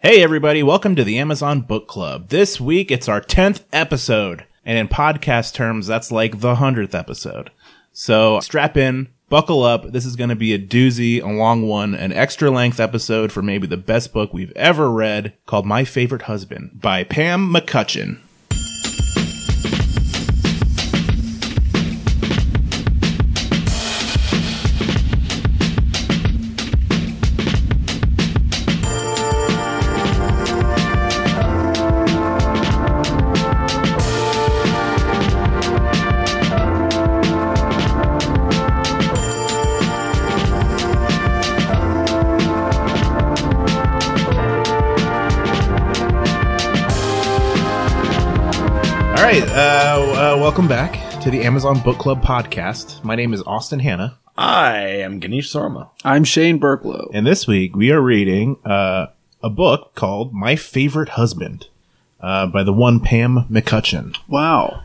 Hey, everybody, welcome to the Amazon Book Club. This week it's our 10th episode, and in podcast terms, that's like the 100th episode. So strap in, buckle up. This is going to be a doozy, a long one, an extra length episode for maybe the best book we've ever read called My Favorite Husband by Pam McCutcheon. All right, uh, uh, welcome back to the Amazon Book Club podcast. My name is Austin Hanna. I am Ganesh Sarma. I'm Shane Burklow. And this week we are reading uh, a book called My Favorite Husband uh, by the one Pam McCutcheon. Wow.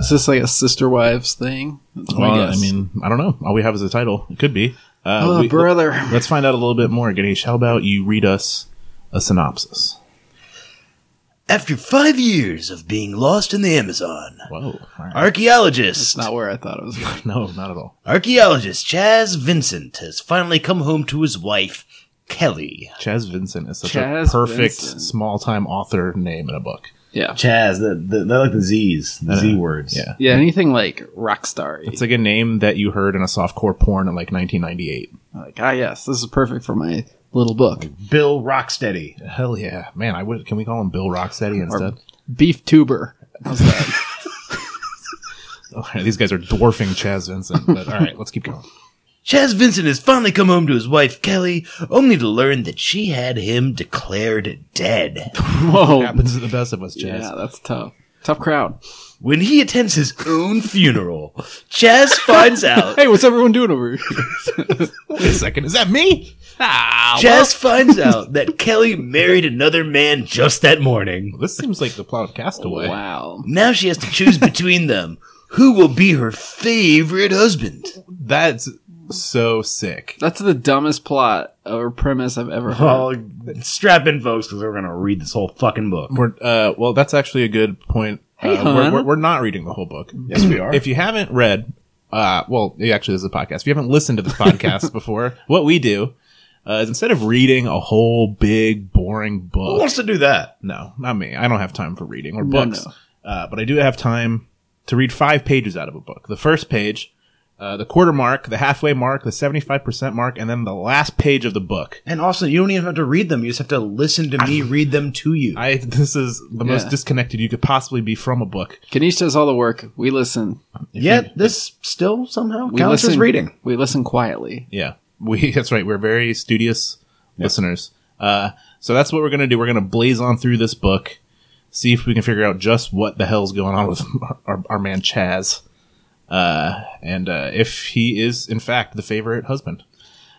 Is this like a sister wives thing? That's Oh, my Uh, Well, Uh, I guess. mean, I don't know. All we have is a title. It could be. Uh, oh, we- brother. Let's find out a little bit more, Ganesh. How about you read us a synopsis? After five years of being lost in the Amazon, Whoa. All right. archaeologist It's not where I thought it was going. No, not at all. archaeologist Chaz Vincent has finally come home to his wife, Kelly. Chaz Vincent is such a Chaz perfect Vincent. small time author name in a book. Yeah. Chaz, the, the, they're like the Z's, the Z words. Yeah. Yeah, anything like rock star. It's like a name that you heard in a softcore porn in like 1998. Like, ah, yes, this is perfect for my little book. Bill Rocksteady. Hell yeah. Man, I would. Can we call him Bill Rocksteady instead? Beef tuber. How's that? All right, these guys are dwarfing Chaz Vincent. But all right, let's keep going. Chaz Vincent has finally come home to his wife, Kelly, only to learn that she had him declared dead. Whoa. Happens to the best of us, Chaz. Yeah, that's tough. Tough crowd. When he attends his own funeral, Chaz finds out. Hey, what's everyone doing over here? Wait a second, is that me? Ah. Chaz finds out that Kelly married another man just that morning. This seems like the plot of Castaway. wow. Now she has to choose between them. Who will be her favorite husband? That's so sick. That's the dumbest plot or premise I've ever heard. Well, strap in, folks, because we're going to read this whole fucking book. We're uh, well, that's actually a good point. Hey, uh, we're, hon. we're, we're not reading the whole book. Yes, we are. If you haven't read, uh, well, actually, this is a podcast. If you haven't listened to this podcast before, what we do uh, is instead of reading a whole big boring Who book, wants to do that? no, not me. I don't have time for reading or No, books. no. Uh, but I do have time to read five pages out of a book. The first page, uh, the quarter mark, the halfway mark, the 75% mark, and then the last page of the book. And also, you don't even have to read them. You just have to listen to me read them to you. I This is the most Yeah. disconnected you could possibly be from a book. Ganesh does all the work. We listen. Yet, this still somehow We counts listen. as reading. We listen quietly. Yeah. We, that's right. We're very studious listeners. Uh, so that's what we're going to do. We're going to blaze on through this book, see if we can figure out just what the hell's going on with our, our man Chaz. Uh, and uh, if he is, in fact, the favorite husband.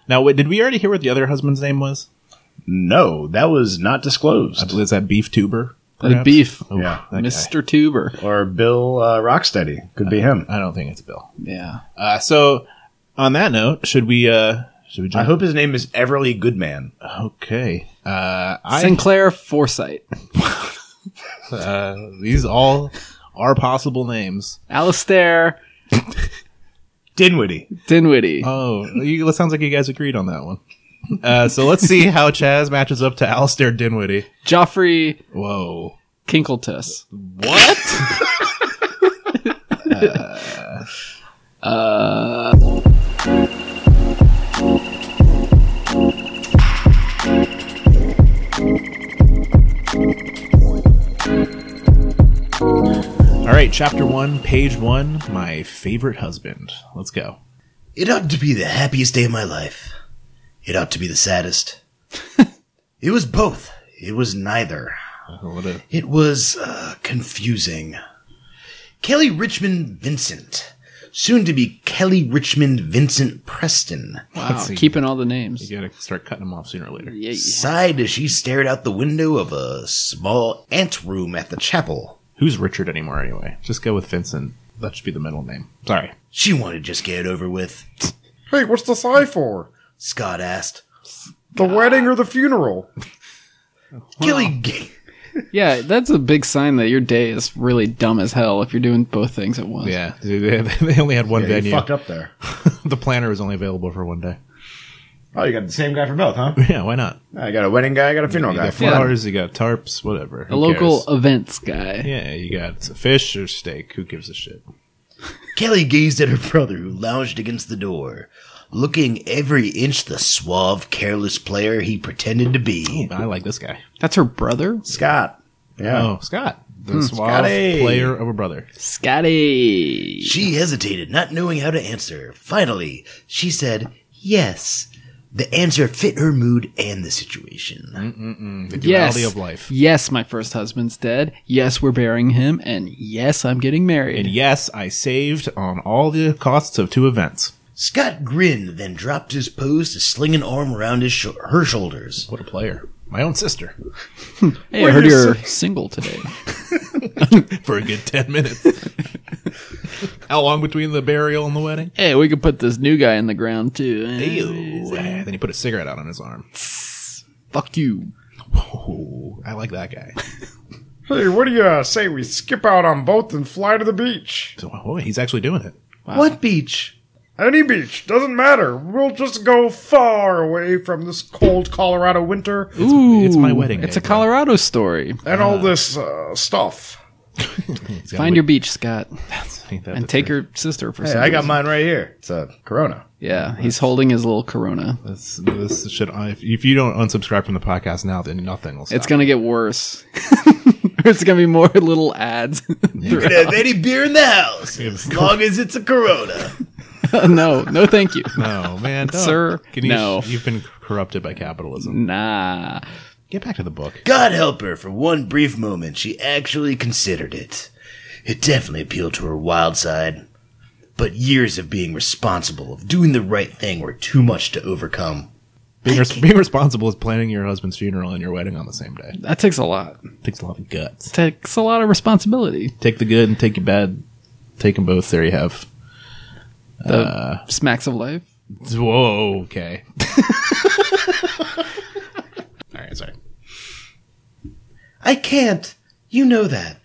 Now, wait, did we already hear what the other husband's name was? No, that was not disclosed. Is that Beef Tuber? The perhaps? beef. Oh, Yeah. that guy. Mr. Tuber. Or Bill uh, Rocksteady. Could be him. I don't think it's Bill. Yeah. Uh, so, on that note, should we? Uh, should we? I Jump? hope his name is Everly Goodman. okay. Uh, I Sinclair Foresight. uh, these all are possible names. Alistair Dinwiddie. Dinwiddie. Oh, you, it sounds like you guys agreed on that one. Uh, so let's see how Chaz matches up to Alistair Dinwiddie. Joffrey Whoa. Kinkletus. What? Uh. All right, chapter one, page one. My favorite husband. Let's go. It ought to be the happiest day of my life. It ought to be the saddest. it was both. It was neither. What a- It was uh, confusing. Kelly Richmond Vincent, soon to be Kelly Richmond Vincent Preston, Wow, Let's see. keeping all the names. you gotta start cutting them off sooner or later. Yeah. sighed as she stared out the window of a small ant room at the chapel. Who's Richard anymore, anyway? Just go with Vincent. That should be the middle name. Sorry. She wanted to just get it over with. Hey, what's the sigh for? Scott asked. The wedding or the funeral? Kelly Ga- Yeah, that's a big sign that your day is really dumb as hell if you're doing both things at once. Yeah, they, they- they only had one Yeah, you venue. fucked up there. the planner was only available for one day. Oh, you got the same guy for both, huh? Yeah, why not? I got a wedding guy, I got a funeral You guy. got Fuck. flowers, you got tarps, whatever. A Who local cares? events guy. Yeah, you got fish or steak. Who gives a shit? Kelly gazed at her brother, who lounged against the door, looking every inch the suave, careless player he pretended to be. I like this guy. That's her brother? Scott. Yeah. Oh, Scott, the suave Scotty. player of a brother. Scotty. She hesitated, not knowing how to answer. Finally, she said yes. The answer fit her mood and the situation. The duality Yes. of life. Yes, my first husband's dead. Yes, we're burying him. And yes, I'm getting married. And yes, I saved on all the costs of two events. Scott grinned, then dropped his pose to sling an arm around his sho- her shoulders. What a player. My own sister. hey, I heard you're single today. For a good 10 minutes. How long between the burial and the wedding? hey, we could put this new guy in the ground too. Eh, Ew. Then he put a cigarette out on his arm. Fuck you. Oh, I like that guy. Hey, what do you uh, say we skip out on both and fly to the beach? So, oh, he's actually doing it. What beach? Any beach, doesn't matter. We'll just go far away from this cold Colorado winter Ooh, it's my wedding It's day, a Colorado story. and all this uh, stuff. He's got a Find your beach, Scott, wig- and take your sister for Hey, some I got reason. mine right here. It's a Corona. Yeah, he's holding his little Corona. This, this should, if, if you don't unsubscribe from the podcast now, then nothing will stop. It's gonna get worse. it's gonna be more little ads. You can have any beer in the house, as long as it's a Corona. no, no, thank you. No, man, don't. Sir, Can you, no. You've been corrupted by capitalism. Nah. Get back to the book. God help her, for one brief moment she actually considered it. It definitely appealed to her wild side. But years of being responsible, of doing the right thing, were too much to overcome. Being, res- being responsible is planning your husband's funeral and your wedding on the same day. That takes a lot. takes a lot of guts. Takes a lot of responsibility. Take the good and take your bad. Take them both. There you have. The smacks of life. Whoa, okay. All right, sorry. I can't. You know that.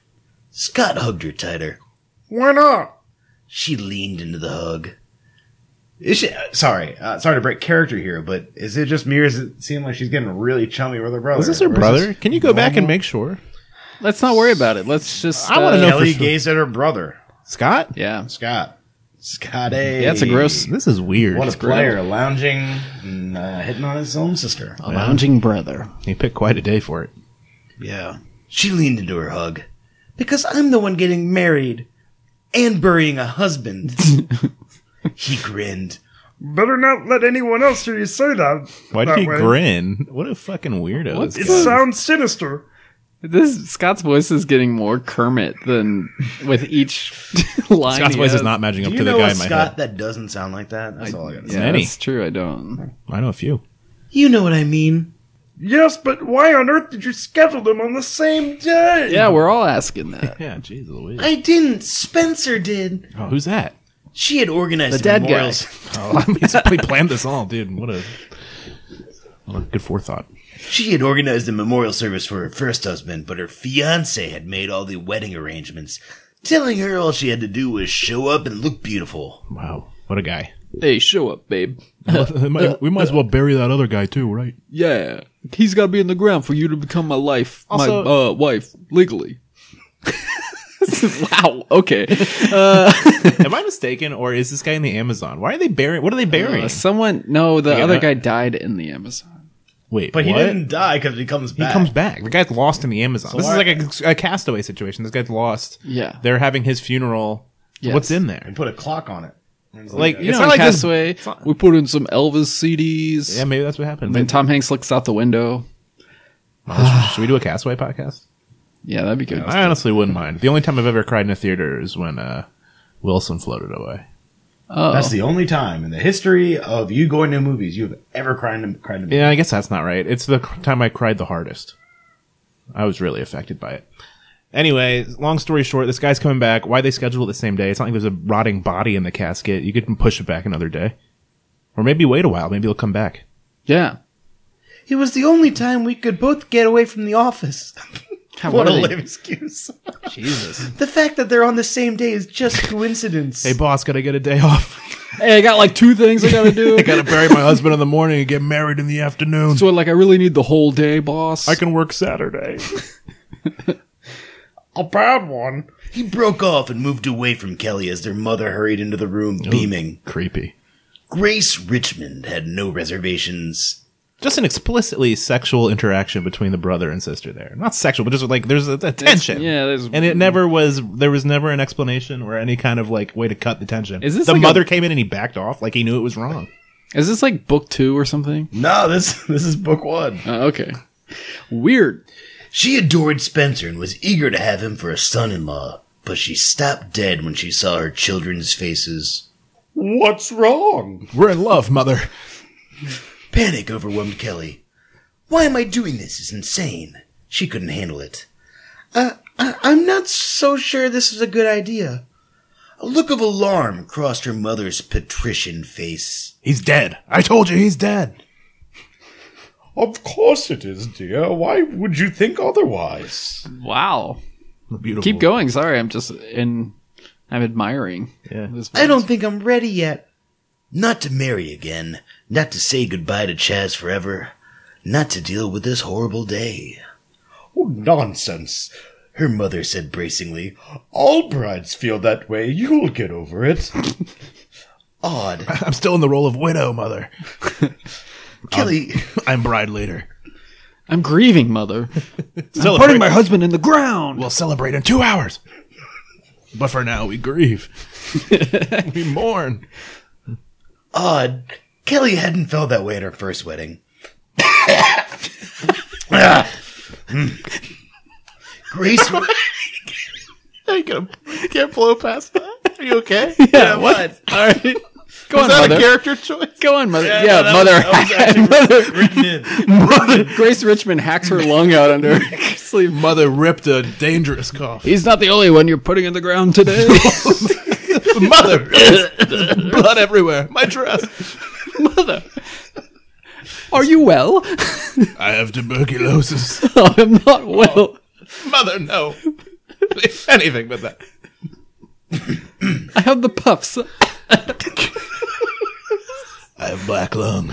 Scott hugged her tighter. Why not? She leaned into the hug. Is she, uh, sorry, uh, sorry to break character here, but is it just me or does it seem like she's getting really chummy with her brother? Is this her Or brother? this- Can you go back and make sure? Let's not worry about it. Let's just. I wanna uh, know- Kelly for sure. gazed at her brother, Scott? Yeah. Scott. Scott A. Yeah, it's a gross. This is weird. What a player, lounging and uh, hitting on his own sister. A lounging brother. He picked quite a day for it. Yeah. She leaned into her hug. Because I'm the one getting married and burying a husband. he grinned. Better not let anyone else hear you say that. Why did That he way. grin? What a fucking weirdo. What this the- guy is. sounds sinister. This Scott's voice is getting more Kermit than with each line. Scott's he voice has. is not matching up to Do you the know guy a in my Scott that doesn't sound like that? That's all I gotta say. Yeah, Many. that's true. I don't. head. I know a few. You know what I mean. Yes, but why on earth did you schedule them on the same day? Yeah, we're all asking that. Yeah, jeez Louise. I didn't. Spencer did. Oh, who's that? She had organized The dead memorials. Oh, I mean, somebody planned this all, dude. What a, what a good forethought. She had organized the memorial service for her first husband, but her fiance had made all the wedding arrangements, telling her all she had to do was show up and look beautiful. Wow, what a guy. hey, show up, babe. we might as well bury that other guy too, right? Yeah, he's got to be in the ground for you to become my life, my Also- uh, wife legally. wow. Okay. Am I mistaken, or is this guy in the Amazon? Why are they burying? What are they burying? Uh, someone. No, the Yeah, other uh, guy died in the Amazon. Wait, But he what? didn't die because he comes He back. comes back. The guy's lost in the Amazon. this why- is like a, a castaway situation. This guy's lost. Yeah. they're having his funeral. Yes. What's in there? And put a clock on it. It's Like uh, you You it's know, not in like this. Castaway, we put in some Elvis CDs. Yeah, maybe that's what happened. And Tom Hanks looks out the window. Should we do a castaway podcast? Yeah, that'd be good. I honestly wouldn't mind. The only time I've ever cried in a theater is when uh, Wilson floated away. Oh. That's the only time in the history of you going to movies you've ever cried to, cried to me. Yeah, I guess that's not right. It's the cr- time I cried the hardest. I was really affected by it. Anyway, long story short, this guy's coming back. Why they schedule it the same day? It's not like there's a rotting body in the casket. You could push it back another day. Or maybe wait a while. Maybe he'll come back. Yeah. It was the only time we could both get away from the office. God, what a are they- lame excuse. Jesus. the fact that they're on the same day is just coincidence. Hey, boss, gotta get a day off. Hey, I got like two things I gotta do. I gotta bury my husband in the morning and get married in the afternoon. so like I really need the whole day, boss. I can work Saturday. A bad one. he broke off and moved away from Kelly as their mother hurried into the room, beaming. Creepy. Grace Richmond had no reservations. Just an explicitly sexual interaction between the brother and sister there. Not sexual, but just like there's a, a tension. yeah, there's- and it never was. There was never an explanation or any kind of like way to cut the tension. Is this the like a- mother came in and he backed off like he knew it was wrong? Is this like book two or something? No, this this is book one. Uh, okay. Weird. She adored Spencer and was eager to have him for a son-in-law, but she stopped dead when she saw her children's faces. What's wrong? We're in love, mother. Panic overwhelmed Kelly. Why am I doing this? Is insane. She couldn't handle it. Uh, I, I'm not so sure this is a good idea. A look of alarm crossed her mother's patrician face. He's dead. I told you he's dead. Of course it is, dear. Why would you think otherwise? Wow. Beautiful. Keep going. Sorry, I'm just in. I'm admiring. Yeah. This I don't think I'm ready yet. Not to marry again, not to say goodbye to Chaz forever, not to deal with this horrible day. Oh, nonsense. Her mother said bracingly. All brides feel that way. You'll get over it. Odd. I'm still in the role of widow, mother. Kelly, Um, I'm bride later. I'm grieving, mother. I'm Celebrate- putting my husband in the ground. We'll celebrate in two hours. But for now, we grieve. we mourn. odd. Kelly hadn't felt that way at her first wedding. Grace, I can, can't blow past that. Are you okay? yeah. What? All right. Go on, mother. character choice? Go on, mother. Yeah, mother. mother. Grace Richmond hacks her lung out under her sleeve. Mother ripped a dangerous cough. He's not the only one you're putting in the ground today. Mother! There's blood everywhere. My dress. mother. Are you well? I have tuberculosis. I'm not well. Mother, no. Anything but that. I have the puffs. I have black lung.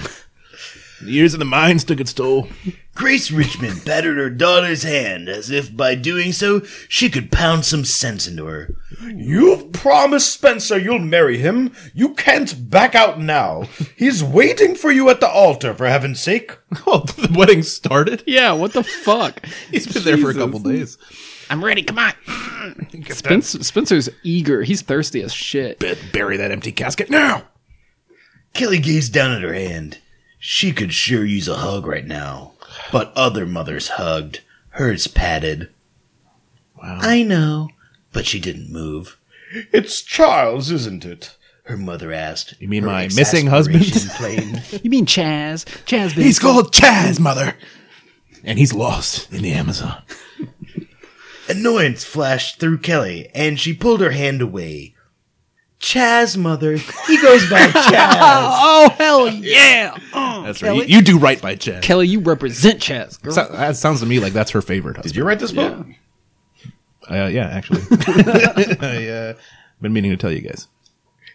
The years in the mines took its toll. Grace Richmond battered her daughter's hand as if by doing so she could pound some sense into her. You've promised Spencer you'll marry him. You can't back out now. He's waiting for you at the altar, for heaven's sake. Oh, the wedding started? Yeah, what the fuck? He's been there for a Jesus. couple days. I'm ready. Come on. Spencer, Spencer's eager. He's thirsty as shit. Bur- Bury that empty casket now! Kelly gazed down at her hand. She could sure use a hug right now. But other mothers hugged, hers patted. Wow. I know. But she didn't move. It's Charles, isn't it? Her mother asked. You mean her my missing husband? exasperation plain. You mean Chaz? Chaz, been He's called Chaz, mother. And he's lost in the Amazon. Annoyance flashed through Kelly, and she pulled her hand away. Chaz, mother. He goes by Chaz. Oh hell yeah! That's right. You, you do right by Chaz. Kelly, you represent Chaz. Girl. So- that sounds to me like that's her favorite Did husband. you write this book? Uh, yeah, actually. I, uh, been meaning to tell you guys.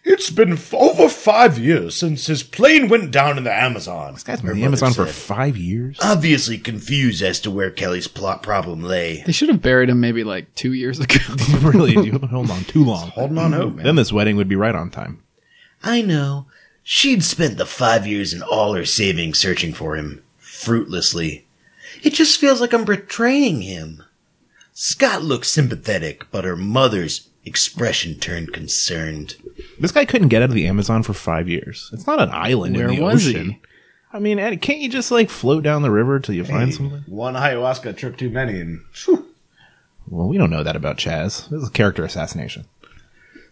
It's been f- over five years since his plane went down in the Amazon. Guys, Her been in the Amazon mother for five years. Obviously confused as to where Kelly's plot problem lay. They should have buried him maybe like two years ago. really, you hold on too long. Holding on hope, man. Then this wedding would be right on time. I know. She'd spent the five years and all her savings searching for him, fruitlessly. It just feels like I'm betraying him. Scott looked sympathetic, but her mother's expression turned concerned. This guy couldn't get out of the Amazon for five years. It's not an island Where in the was ocean. he? I mean, Ed, can't you just like float down the river till you find something? One ayahuasca trip too many, and Well, we don't know that about Chaz. This is a character assassination.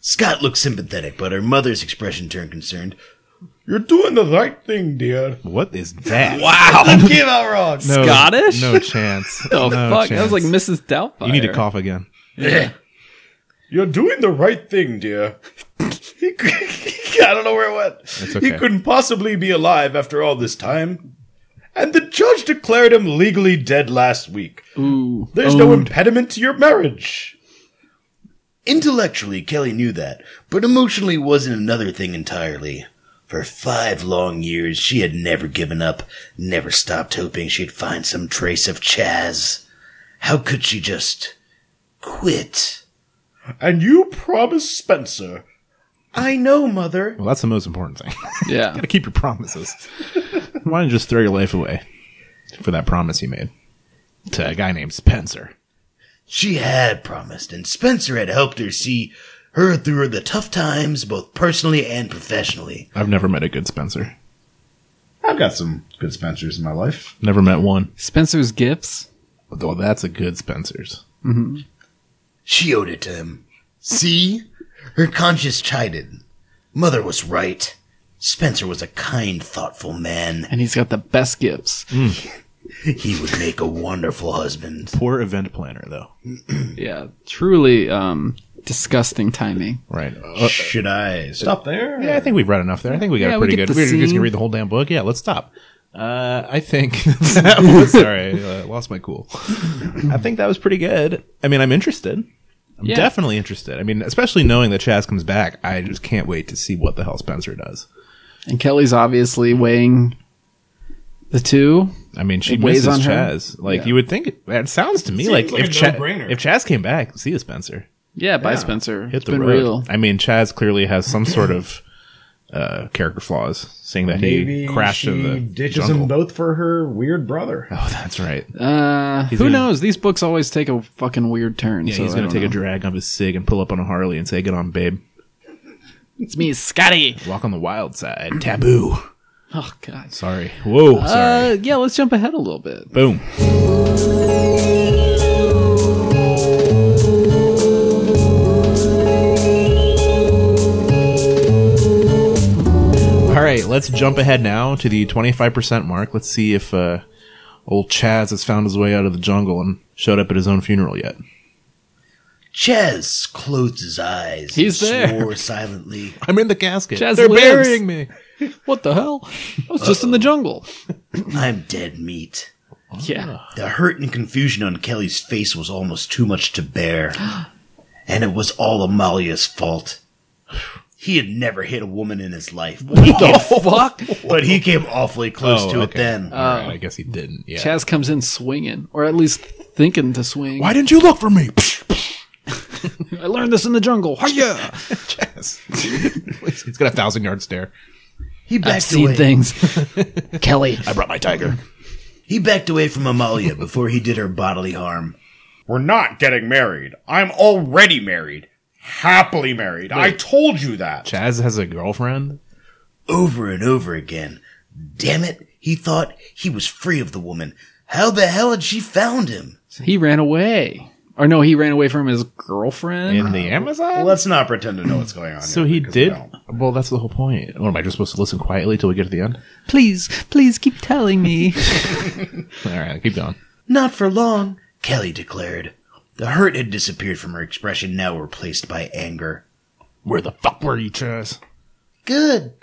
Scott looked sympathetic, but her mother's expression turned concerned. you're doing the right thing, dear. What is that? wow, Came out wrong. No- Scottish? No chance. the Oh, No fuck? That was chance. like Mrs. Doubtfire. You need to cough again. You're doing the right thing, dear. he, cou- I don't know where it went. okay. He couldn't possibly be alive after all this time. and the judge declared him legally dead last week. Ooh. There's no impediment to your marriage. Intellectually, Kelly knew that, but emotionally wasn't another thing entirely. For five long years, she had never given up, never stopped hoping she'd find some trace of Chaz. How could she just quit? And you promised Spencer. I know, Mother. Well, that's the most important thing. Yeah. Gotta keep your promises. Why don't you just throw your life away for that promise you made to a guy named Spencer? She had promised, and Spencer had helped her see her through the tough times, both personally and professionally. I've never met a good Spencer. I've got some good Spencers in my life. Never met one. Spencer's gifts. Well, that's a good Spencer's. She owed it to him. See? Her conscience chided. Mother was right. Spencer was a kind, thoughtful man. And he's got the best gifts. He would make a wonderful husband. Poor event planner, though. Yeah. Truly um disgusting timing. Right. Should I stop there? yeah, I think we've read enough there. I think we got Yeah, a we pretty get good. the We're just scene. gonna read the whole damn book. Yeah, let's stop. Uh, I think. that was- sorry, I uh, lost my cool. I think that was pretty good. I mean, I'm interested. I'm Yeah. definitely interested. I mean, especially knowing that Chaz comes back, I just can't wait to see what the hell Spencer does. And Kelly's obviously weighing the two. I mean, she It weighs misses on her. Chaz. Like Yeah. you would think. That sounds to me like, like if a Chaz, no-brainer. if Chaz came back, see you, Spencer. Yeah, by Spencer. Hit it's the been road. real. I mean, Chaz clearly has some sort of uh, character flaws, seeing that Maybe he crashed she in the ditches jungle. them both for her weird brother. Oh, that's right. Uh, who gonna- knows? These books always take a fucking weird turn. Yeah, he's gonna take a drag of his cig and pull up on a Harley and say, "Get on, babe. It's me, Scotty. Walk on the wild side. Taboo." Oh god. Sorry. Whoa. sorry. Uh, yeah, let's jump ahead a little bit. Boom. All right, let's jump ahead now to the 25% mark. Let's see if uh, old Chaz has found his way out of the jungle and showed up at his own funeral yet. Chaz closed his eyes. He's and there. Swore silently. I'm in the casket. Chaz They're lives. burying me. What the hell? I was just in the jungle. I'm dead meat. Yeah. The hurt and confusion on Kelly's face was almost too much to bear. And it was all Amalia's fault. He had never hit a woman in his life, but he came, Oh, Fuck. but he came awfully close Oh, to it okay. then. Uh, All right, I guess he didn't. Yeah. Chaz comes in swinging, or at least thinking to swing. Why didn't you look for me? I learned this in the jungle. Hiya! Chaz. He's got a thousand yard stare. he I've backed seen away. things. Kelly. I brought my tiger. He backed away from Amalia before he did her bodily harm. We're not getting married. I'm already married. Happily married. I told you that. Chaz has a girlfriend. over and over again. Damn it, he thought he was free of the woman. How the hell had she found him? He ran away. Or no, he ran away from his girlfriend. in the Amazon? Well, let's not pretend to know what's going on. so here, he because we did. don't. Well, that's the whole point. What am I just supposed to listen quietly till we get to the end? please, please keep telling me. All right, keep going. Not for long, Kelly declared. The hurt had disappeared from her expression, now replaced by anger. Where the fuck were you, Chaz? Good,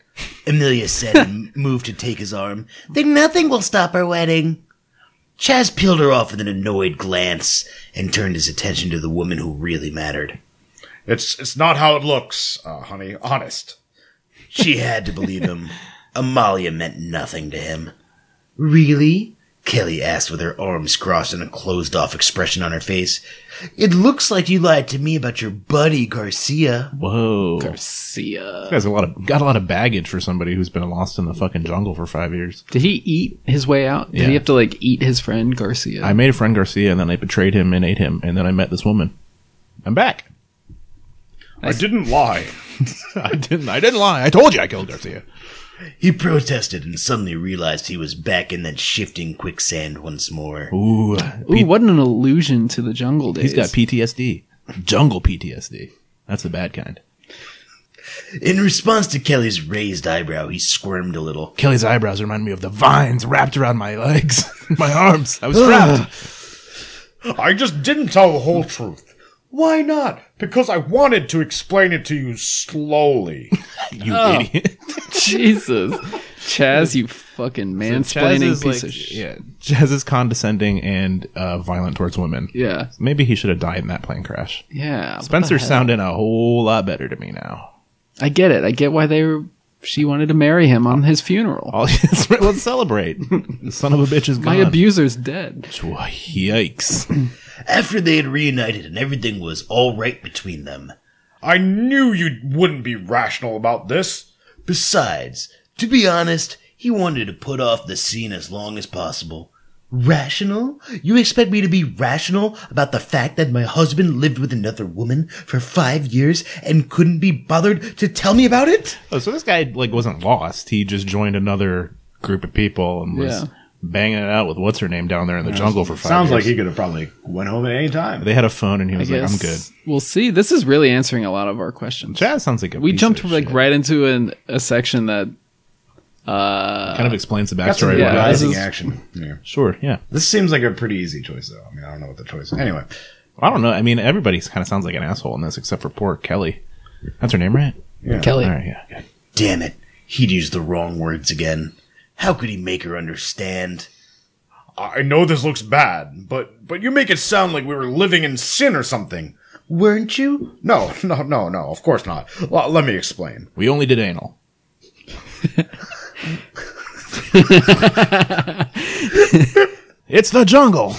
Amelia said and moved to take his arm. Then nothing will stop our wedding. Chaz peeled her off with an annoyed glance and turned his attention to the woman who really mattered. It's it's not how it looks, uh, honey. Honest. She had to believe him. Amalia meant nothing to him. Really? Kelly asked with her arms crossed and a closed off expression on her face. It looks like you lied to me about your buddy Garcia. Whoa, this Garcia. guy's a lot of got a lot of baggage for somebody who's been lost in the fucking jungle for five years. Did he eat his way out? Did Yeah. he have to like eat his friend Garcia? I made a friend Garcia, and then I betrayed him and ate him, and then I met this woman. I'm back. I didn't lie. I didn't. I didn't lie. I told you I killed Garcia. He protested and suddenly realized he was back in that shifting quicksand once more. Ooh, Ooh, what an allusion to the jungle days. he's got PTSD. Jungle PTSD. That's the bad kind. In response to Kelly's raised eyebrow, he squirmed a little. Kelly's eyebrows remind me of the vines wrapped around my legs, my arms. I was trapped. I just didn't tell the whole truth. Why not? Because I wanted Oh. to explain it to you slowly. you idiot. Jesus. Chaz, you fucking Chaz mansplaining is like, piece of shit. yeah, Chaz is condescending and uh, violent towards women. Yeah. Maybe he should have died in that plane crash. Yeah. what the Spencer's heck? sounding a whole lot better to me now. I get it. I get why they were. She wanted to marry him on his funeral. All let's celebrate. The son of a bitch is My gone. abuser's dead. Yikes! After they had reunited and everything was all right between them. I knew you wouldn't be rational about this. Besides, to be honest, he wanted to put off the scene as long as possible. Rational? You expect me to be rational about the fact that my husband lived with another woman for five years and couldn't be bothered to tell me about it? Oh, so this guy like wasn't lost. He just joined another group of people and was Yeah. banging it out with what's her name down there in the jungle for five. Sounds like years. he could have probably went home at any time. they had a phone and he was like, "I'm good." Guess We'll see. This is really answering a lot of our questions. Chaz sounds like a we piece jumped of like shit. right into an, a section that uh, Kind of explains the That's some backstory. yeah. why- rising this is- action. Yeah. Sure, yeah. This seems like a pretty easy choice, though. I mean, I don't know what the choice is. Anyway, I don't know. I mean, everybody kind of sounds like an asshole in this, except for poor Kelly. That's her name, right? Kelly. All right, yeah. good. Damn it, he'd used the wrong words again. How could he make her understand? I know this looks bad, but but you make it sound like we were living in sin or something. Weren't you? No, no, no, no. Of course not. Well, let me explain. We only did anal. it's the jungle.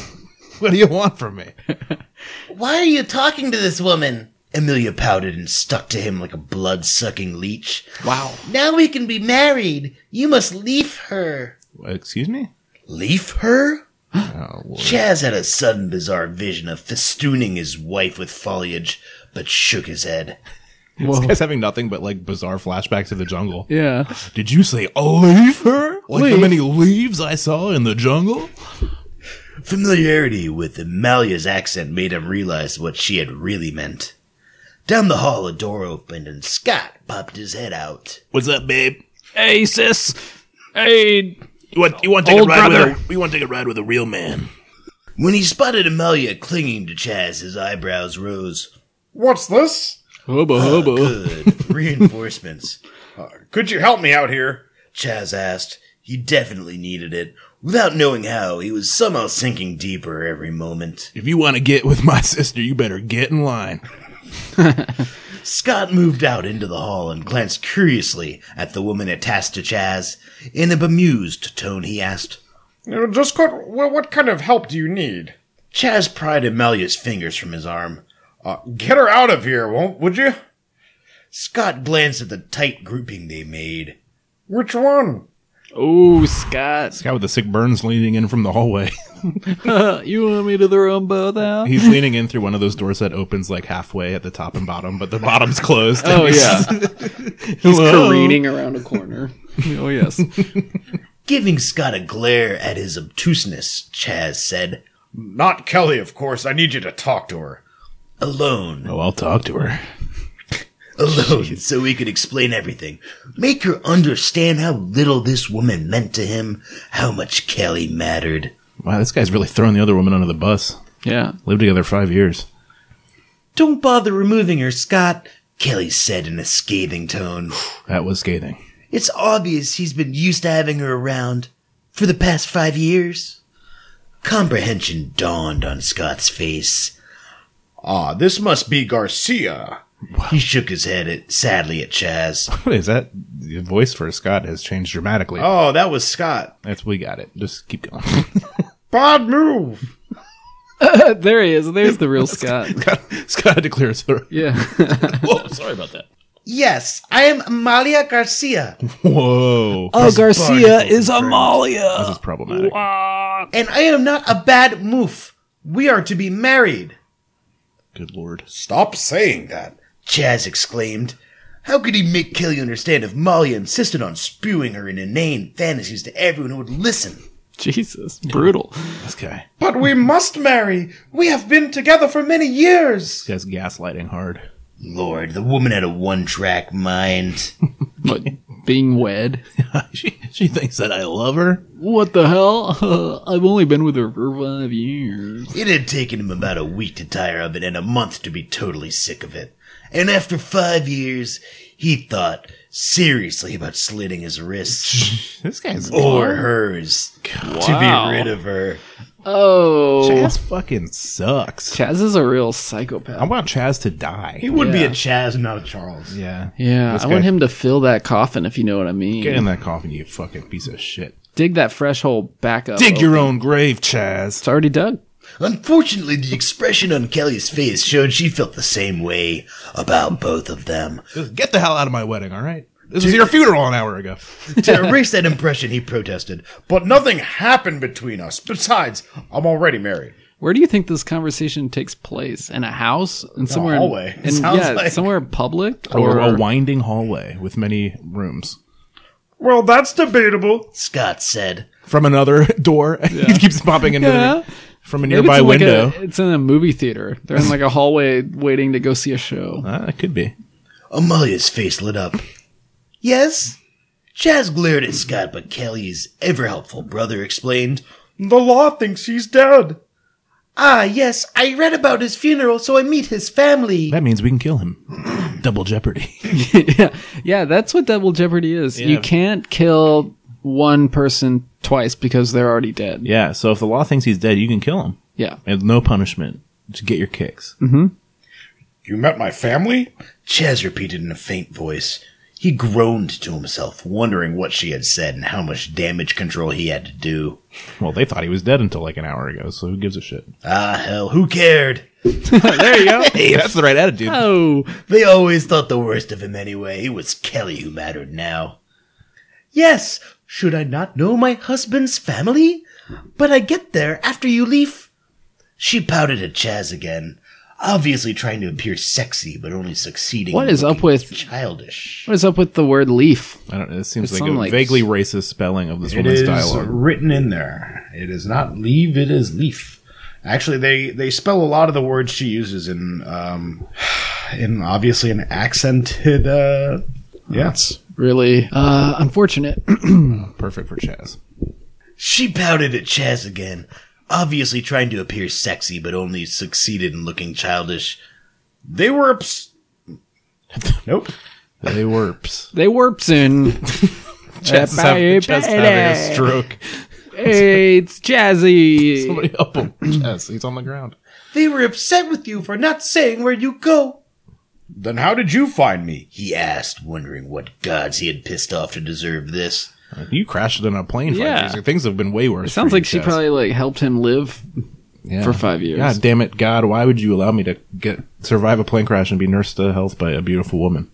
What do you want from me? Why are you talking to this woman? Amelia pouted and stuck to him like a blood sucking leech. Wow. Now we can be married. You must leave her. Excuse me? Leave her? Oh, Lord. Chaz had a sudden bizarre vision of festooning his wife with foliage, but shook his head. This guy's having nothing but like bizarre flashbacks of the jungle. Yeah. Did you say leave her? Like the many leaves I saw in the jungle? Familiarity with Amelia's accent made him realize what she had really meant. Down the hall, a door opened and Scott popped his head out. What's up, babe? Hey, sis. Hey. You want you want to take Old a ride brother. with a, you want to take a ride with a real man? When he spotted Amelia clinging to Chaz, his eyebrows rose. What's this? Hubba hubba. Good reinforcements. Could you help me out here? Chaz asked. He definitely needed it. Without knowing how, he was somehow sinking deeper every moment. If you want to get with my sister, you better get in line. Scott moved out into the hall and glanced curiously at the woman attached to Chaz. In a bemused tone, he asked. Uh, Just got, well, what kind of help do you need? Chaz pried Amelia's fingers from his arm. Uh, get her out of here, won't would you? Scott glanced at the tight grouping they made. Which one? Oh, Scott. Guy with the sick burns leaning in from the hallway. You want me to throw them both out? He's leaning in through one of those doors that opens like halfway at the top and bottom, but the bottom's closed. Oh, yeah. He's Hello? careening around a corner. Oh, yes. Giving Scott a glare at his obtuseness, Chaz said, Not Kelly, of course. I need you to talk to her. Alone, Oh, I'll talk to her. alone, so he could explain everything. Make her understand how little this woman meant to him, how much Kelly mattered. Wow, this guy's really throwing the other woman under the bus. Yeah. Lived together five years. Don't bother removing her, Scott, Kelly said in a scathing tone. That was scathing. It's obvious he's been used to having her around for the past five years. Comprehension dawned on Scott's face. Ah, this must be Garcia. He shook his head at, sadly at Chaz. What is that? The voice for Scott has changed dramatically. Oh, that was Scott. That's we got it. Just keep going. Bad move. Uh, there he is. There's the real Scott. Scott, Scott had to clear his throat. Yeah. Whoa, sorry about that. Yes, I am Amalia Garcia, Whoa, Oh, Garcia barnacles is and friends. this Amalia. is problematic. and I am not a bad moof. We are to be married. Good lord. Stop saying that. Chaz exclaimed. How could he make Kelly understand if Molly insisted on spewing her inane fantasies to everyone who would listen? Jesus. Brutal. This guy. But we must marry. We have been together for many years. This guy's gaslighting hard. Lord, the woman had a one track mind. But being wed. she, she thinks that I love her. What the hell? I've only been with her for five years. It had taken him about a week to tire of it and a month to be totally sick of it. And after five years, he thought seriously about slitting his wrists This guy's or hers Wow. to be rid of her. Oh, Chaz fucking sucks. Chaz is a real I psychopath. want Chaz to die. He would be Yeah. a Chaz, not a Charles. Yeah. Yeah, This I want guy- him to fill that coffin if you know what I mean. Get in that coffin, you fucking piece of shit. Oh. Dig that fresh hole back up. Dig your own grave, Chaz. It's already dug. Unfortunately, the expression on Kelly's face showed she felt the same way about both of them. Get the hell out of my wedding, all right? This was your funeral an hour ago. to erase that impression, he protested. But nothing happened between us. Besides, I'm already married. Where do you think this conversation takes place? In a house? In somewhere? in- hallway. In, Sounds yeah, like- somewhere public Or a winding hallway with many rooms. Well, that's debatable. Scott said, From another door. it keeps popping into Yeah. the, from a Maybe nearby it's in window. Like a, it's in a movie theater. They're in like a hallway waiting to go see a show. Uh, it could be. Amalia's face lit up. Yes? Chaz glared at Scott, but Kelly's ever helpful brother explained, The law thinks he's dead. Ah, yes, I read about his funeral, so I meet his family. That means we can kill him. Double jeopardy. yeah, yeah, that's what Double Jeopardy is. You can't kill one person twice because they're already dead. yeah, so if the law thinks he's dead, you can kill him. Yeah. And no punishment. Just get your kicks. You met my family? Chaz repeated in a faint voice. He groaned to himself, wondering what she had said and how much damage control he had to do. Well, they thought he was dead until like an hour ago, so who gives a shit? Ah, hell, who cared? there you go. Hey, that's the right attitude. Oh, They always thought the worst of him anyway. It was Kelly who mattered now. Yes, should I not know my husband's family? But I get there after you leave. She pouted at Chaz again, obviously trying to appear sexy, but only succeeding. What in is up looking with- childish? what is up with the word leaf? I don't know. This seems It's like a some, like, vaguely racist spelling of this It woman's is dialogue. written in there. It is not leave. It is leaf. Actually, they they spell a lot of the words she uses in um in obviously an accented. uh Yeah, Really uh, unfortunate. Perfect for Chaz. She pouted at Chaz again, obviously trying to appear sexy, but only succeeded in looking childish. They were ups- nope. They warps. they warp soon. Chaz is having, Chaz is having a Hey, stroke. it's Jazzy. Somebody help him. Chaz, he's on the ground. They were upset with you for not saying where you go. Then how did you find me? He asked, wondering what gods he had pissed off to deserve this. You crashed in a plane. for Yeah. years. Things have been way worse. Sounds for you, like she Chaz. probably like helped him live Yeah. for five years. God damn it, God! Why would you allow me to get survive a plane crash and be nursed to health by a beautiful woman,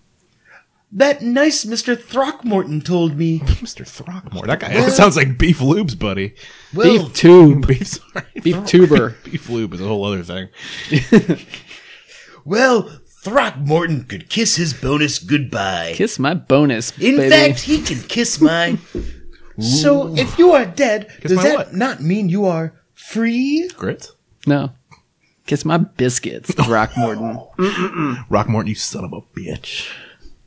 That nice Mr. Throckmorton told me. Mister Throckmore? That guy that sounds like beef lubes, buddy. Well, Beef tube. Beef, sorry, Beef tuber. beef lube is a whole other thing. well, Throckmorton could kiss his bonus goodbye. Kiss my bonus. In baby. fact, he can kiss mine. so, if you are dead, my does that what? not mean you are free? Grits, no. Kiss my biscuits, Throckmorton. Rockmorton, you son of a bitch.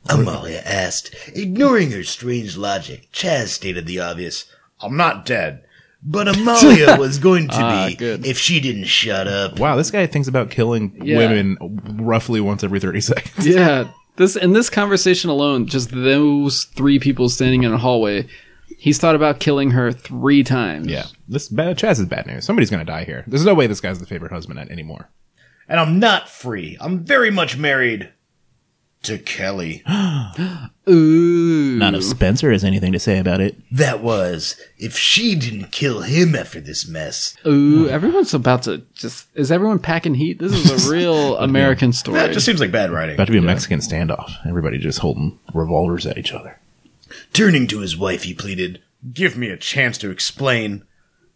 Amalia asked. Ignoring her strange logic, Chaz stated the obvious. I'm not dead. But Amalia was going to Ah, be good. if she didn't shut up. Wow, this guy thinks about killing Yeah. women roughly once every 30 seconds. yeah. This in this conversation alone, just those three people standing in a hallway, he's thought about killing her three times. Yeah. This bad, Chaz is bad news. Somebody's going to die here. There's no way this guy's the favorite husband at- anymore. And I'm not free. I'm very much married to Kelly. Ooh. None of Spencer has anything to say about it. That was if she didn't kill him after this mess. Ooh. Everyone's about to just is everyone packing heat? This is a real American story. That just seems like bad writing. About to be a Mexican standoff. Everybody just holding revolvers at each other. Turning to his wife, he pleaded, Give me a chance to explain.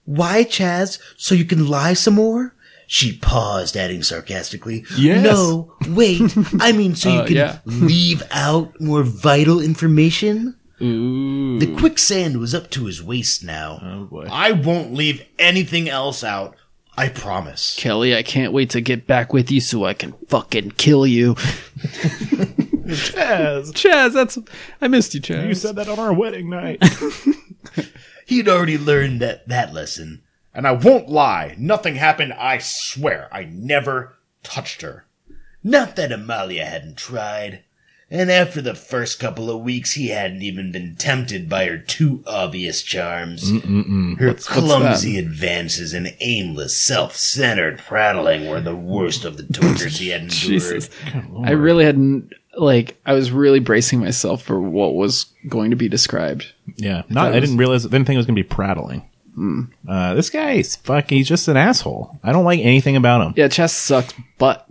Why, Chaz? So you can lie some more? She paused, adding sarcastically, Yes. No, wait. I mean, so you Uh, can yeah. leave out more vital information? Ooh. The quicksand was up to his waist Oh, now. I won't leave anything else out. I promise. Kelly, I can't wait to get back with you so I can fucking kill you. Chaz. Chaz, that's I missed you, Chaz. that on our wedding night. He'd already learned that, that lesson. And I won't lie. Nothing happened, I swear. I never touched her. Not that Amalia hadn't tried. and after the first couple of weeks, he hadn't even been tempted by her too obvious charms. Her clumsy advances and aimless, self centered prattling were the worst of the tortures he had endured. Jesus. I really hadn't like I was really bracing myself for what was going to be described. Yeah, not. I didn't realize. I didn't think it was going to be prattling. Uh, this guy is fuck. He's just an asshole. I don't like anything about him. Yeah, chess sucks, but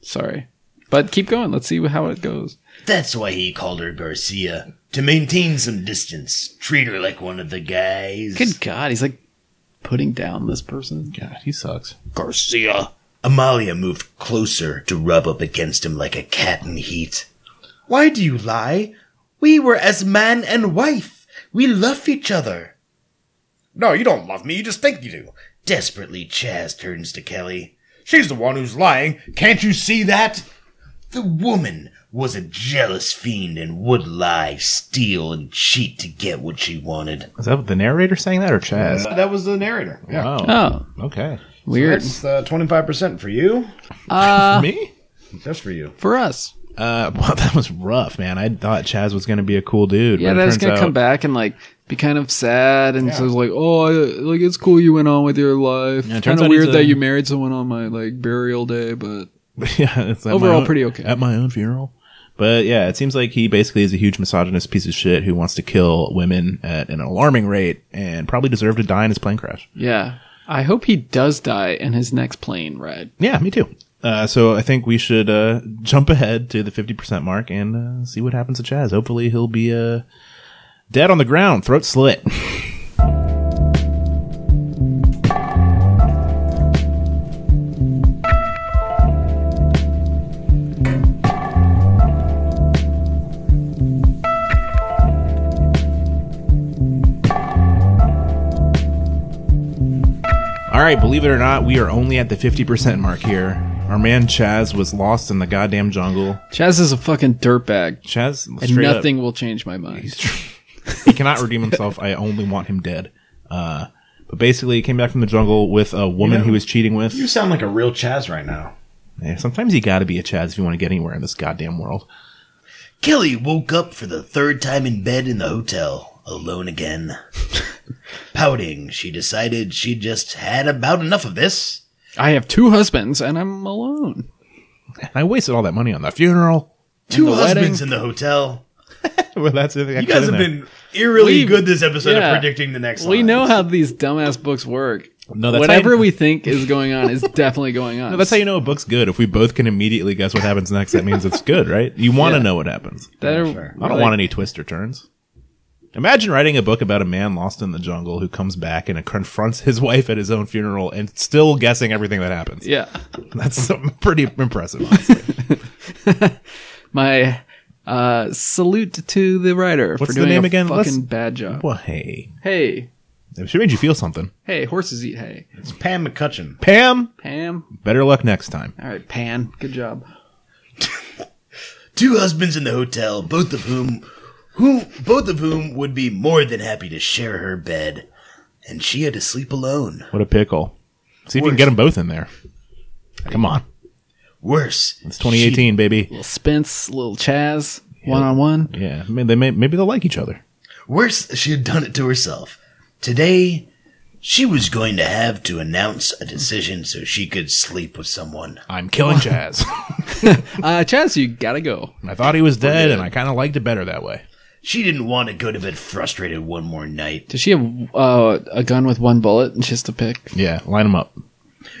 sorry. But keep going. Let's see how it goes. That's why he called her Garcia. To maintain some distance, treat her like one of the guys. Good God, he's like putting down this person. God, he sucks. Garcia. Amalia moved closer to rub up against him like a cat in heat. Why do you lie? We were as man and wife. We love each other. No, you don't love me. You just think you do. Desperately, Chaz turns to Kelly. She's the one who's lying. Can't you see that? The woman was a jealous fiend and would lie, steal, and cheat to get what she wanted. Is that the narrator saying that or Chaz? That was the narrator. Yeah. Oh, Oh, okay. weird. That's twenty five percent for you. Uh, Me? That's for you. for us. Uh, well, that was rough, man. I thought Chaz was going to be a cool dude. Yeah, but it that was turns gonna come out- back and like be kind of sad, and so it's like, oh, I, like it's cool you went on with your life. Yeah, it turns kind of out he's weird a- that you married someone on my like burial day, but yeah, it's at my Overall, own- pretty okay. at my own funeral. But yeah, it seems like he basically is a huge misogynist piece of shit who wants to kill women at an alarming rate and probably deserved to die in his plane crash. yeah. I hope he does die in his next plane ride. Yeah, me too. Uh, so I think we should uh, jump ahead to the fifty percent mark and uh, see what happens to Chaz. Hopefully, he'll be uh, dead on the ground, throat slit. All right, believe it or not, we are only at the fifty percent mark here. Our man Chaz was lost in the goddamn jungle. Chaz is a fucking dirtbag, Chaz, and straight up- nothing will change my mind. he cannot redeem himself. I only want him dead. Uh, but basically, he came back from the jungle with a woman he was cheating with. You sound like a real Chaz right now. Yeah, sometimes you got to be a Chaz if you want to get anywhere in this goddamn world. Kelly woke up for the third time in bed in the hotel, alone again. Pouting, she decided she just had about enough of this. I have two husbands, and I'm alone. And I wasted all that money on the funeral. Two the husbands in the hotel. well, that's the thing. You guys have been eerily We- good this episode yeah. of predicting the next We line. know how these dumbass books work. No, that's Whatever how you- we think is going on is definitely going on. That's how you know a book's good. If we both can immediately guess what happens next, that means it's good, right? You want to know what happens. That are- I don't like- want any twists or turns. Imagine writing a book about a man lost in the jungle who comes back and confronts his wife at his own funeral and still guessing everything that happens. Yeah. That's something pretty impressive. honestly. my uh, salute to the writer What's for the doing name a again? fucking Let's- bad job. well, hey, Hey, if she made you feel something. hey, horses eat hay. It's Pam McCutcheon. Pam, Pam, better luck next time. all right, Pan, good job. Two husbands in the hotel, both of whom who both of whom would be more than happy to share her bed. And she had to sleep alone. What a pickle. See if you can get them both in there. Come on. Worse, It's 2018, baby. Little Spence, little Chaz, one on one. Yeah. I mean, they may, maybe they'll like each other. Worse, she had done it to herself. Today, she was going to have to announce a decision so she could sleep with someone. I'm killing Chaz. Uh, Chaz, you gotta go. I thought he was dead, and I kind of liked it better that way. She didn't want to go to bed frustrated one more night. Does she have uh, a gun with one bullet and she has to pick? Yeah, line them up.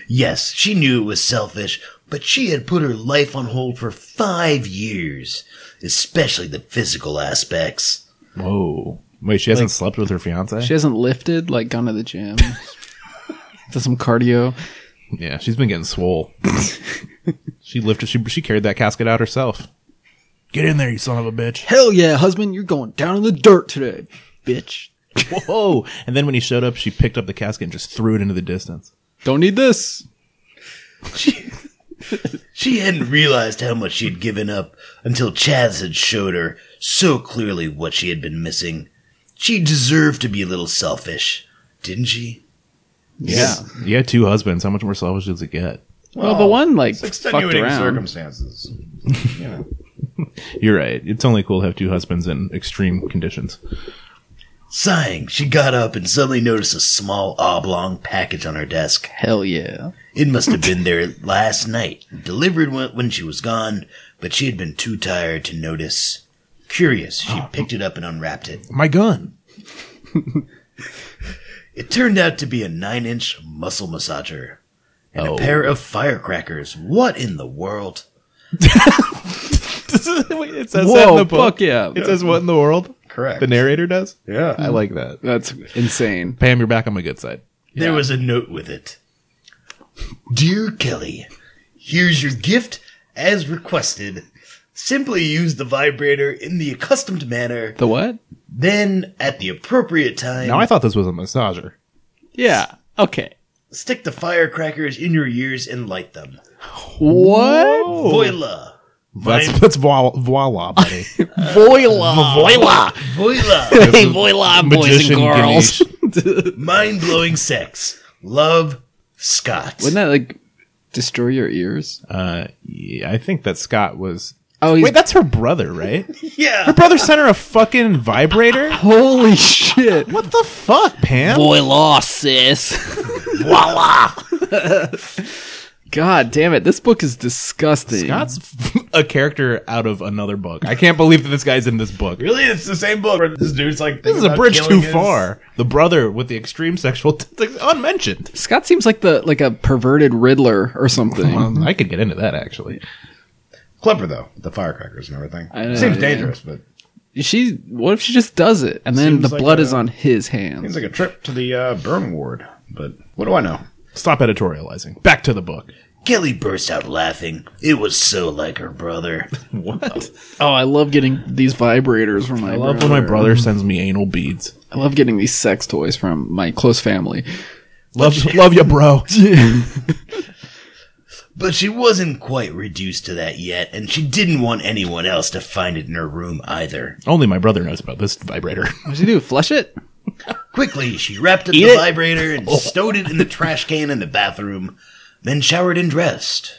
Yes, she knew it was selfish, but she had put her life on hold for five years, especially the physical aspects. Whoa. Wait, she hasn't slept with her fiance? She hasn't lifted, like gone to the gym, does some cardio. Yeah, she's been getting swole. she lifted. She she carried that casket out herself. Get in there, you son of a bitch! Hell yeah, husband, you're going down in the dirt today, bitch. Whoa! And then when he showed up, she picked up the casket and just threw it into the distance. Don't need this. She hadn't realized how much she had given up until Chaz had showed her so clearly what she had been missing. She deserved to be a little selfish, didn't she? Yeah. You had two husbands. How much more selfish does it get? Well, the one like It's fucked extenuating around. circumstances. You know. You're right. It's only cool to have two husbands in extreme conditions. Sighing, she got up and suddenly noticed a small oblong package on her desk. Hell yeah. It must have been there last night, delivered when when she was gone, but she had been too tired to notice. Curious, she picked it up and unwrapped it. My gun. It turned out to be a nine inch muscle massager and a pair of firecrackers. What in the world? it says that in Whoa, the book. fuck yeah. It says what in the world? Correct. The narrator does? Yeah. I like that. That's insane. Pam, you're back on my good side. There was a note with it. Dear Kelly, here's your gift as requested. Simply use the vibrator in the accustomed manner, The what? then at the appropriate time, Now, I thought this was a massager. Yeah. Okay. stick the firecrackers in your ears and light them. What? Oh. Voila! That's, that's voila, voila buddy. Voila. Voila! Voila! Hey, voila, boys Magician and girls. Ganesh. Mind blowing sex. Love, Scott. Wouldn't that like destroy your ears? Uh, yeah, I think that Scott was. Oh, he's Wait, that's her brother, right? yeah! Her brother sent her a fucking vibrator? holy shit. What the fuck, Pam? Voila, sis. Voila. God damn it. This book is disgusting. Scott's f- a character out of another book. I can't believe that this guy's in this book. Really, it's the same book where this dude's like, This is a bridge too far. The brother with the extreme sexual t- unmentioned. Scott seems like the like a perverted Riddler or something. Well, I could get into that actually. Clever though, with the firecrackers and everything. I know, seems yeah. dangerous, but she what if she just does it and then Seems the like blood a- is on his hands? seems like a trip to the uh, burn ward. But what do I know? Stop editorializing. Back to the book. Kelly burst out laughing. It was so like her brother. What? oh, I love getting these vibrators from my I love when my brother sends me anal beads. I love getting these sex toys from my close family. Love, love you, bro. But she wasn't quite reduced to that yet, and she didn't want anyone else to find it in her room either. Only my brother knows about this vibrator. What she do? Flush it? Quickly, she wrapped up the vibrator and stowed it in the trash can in the bathroom, then showered and dressed.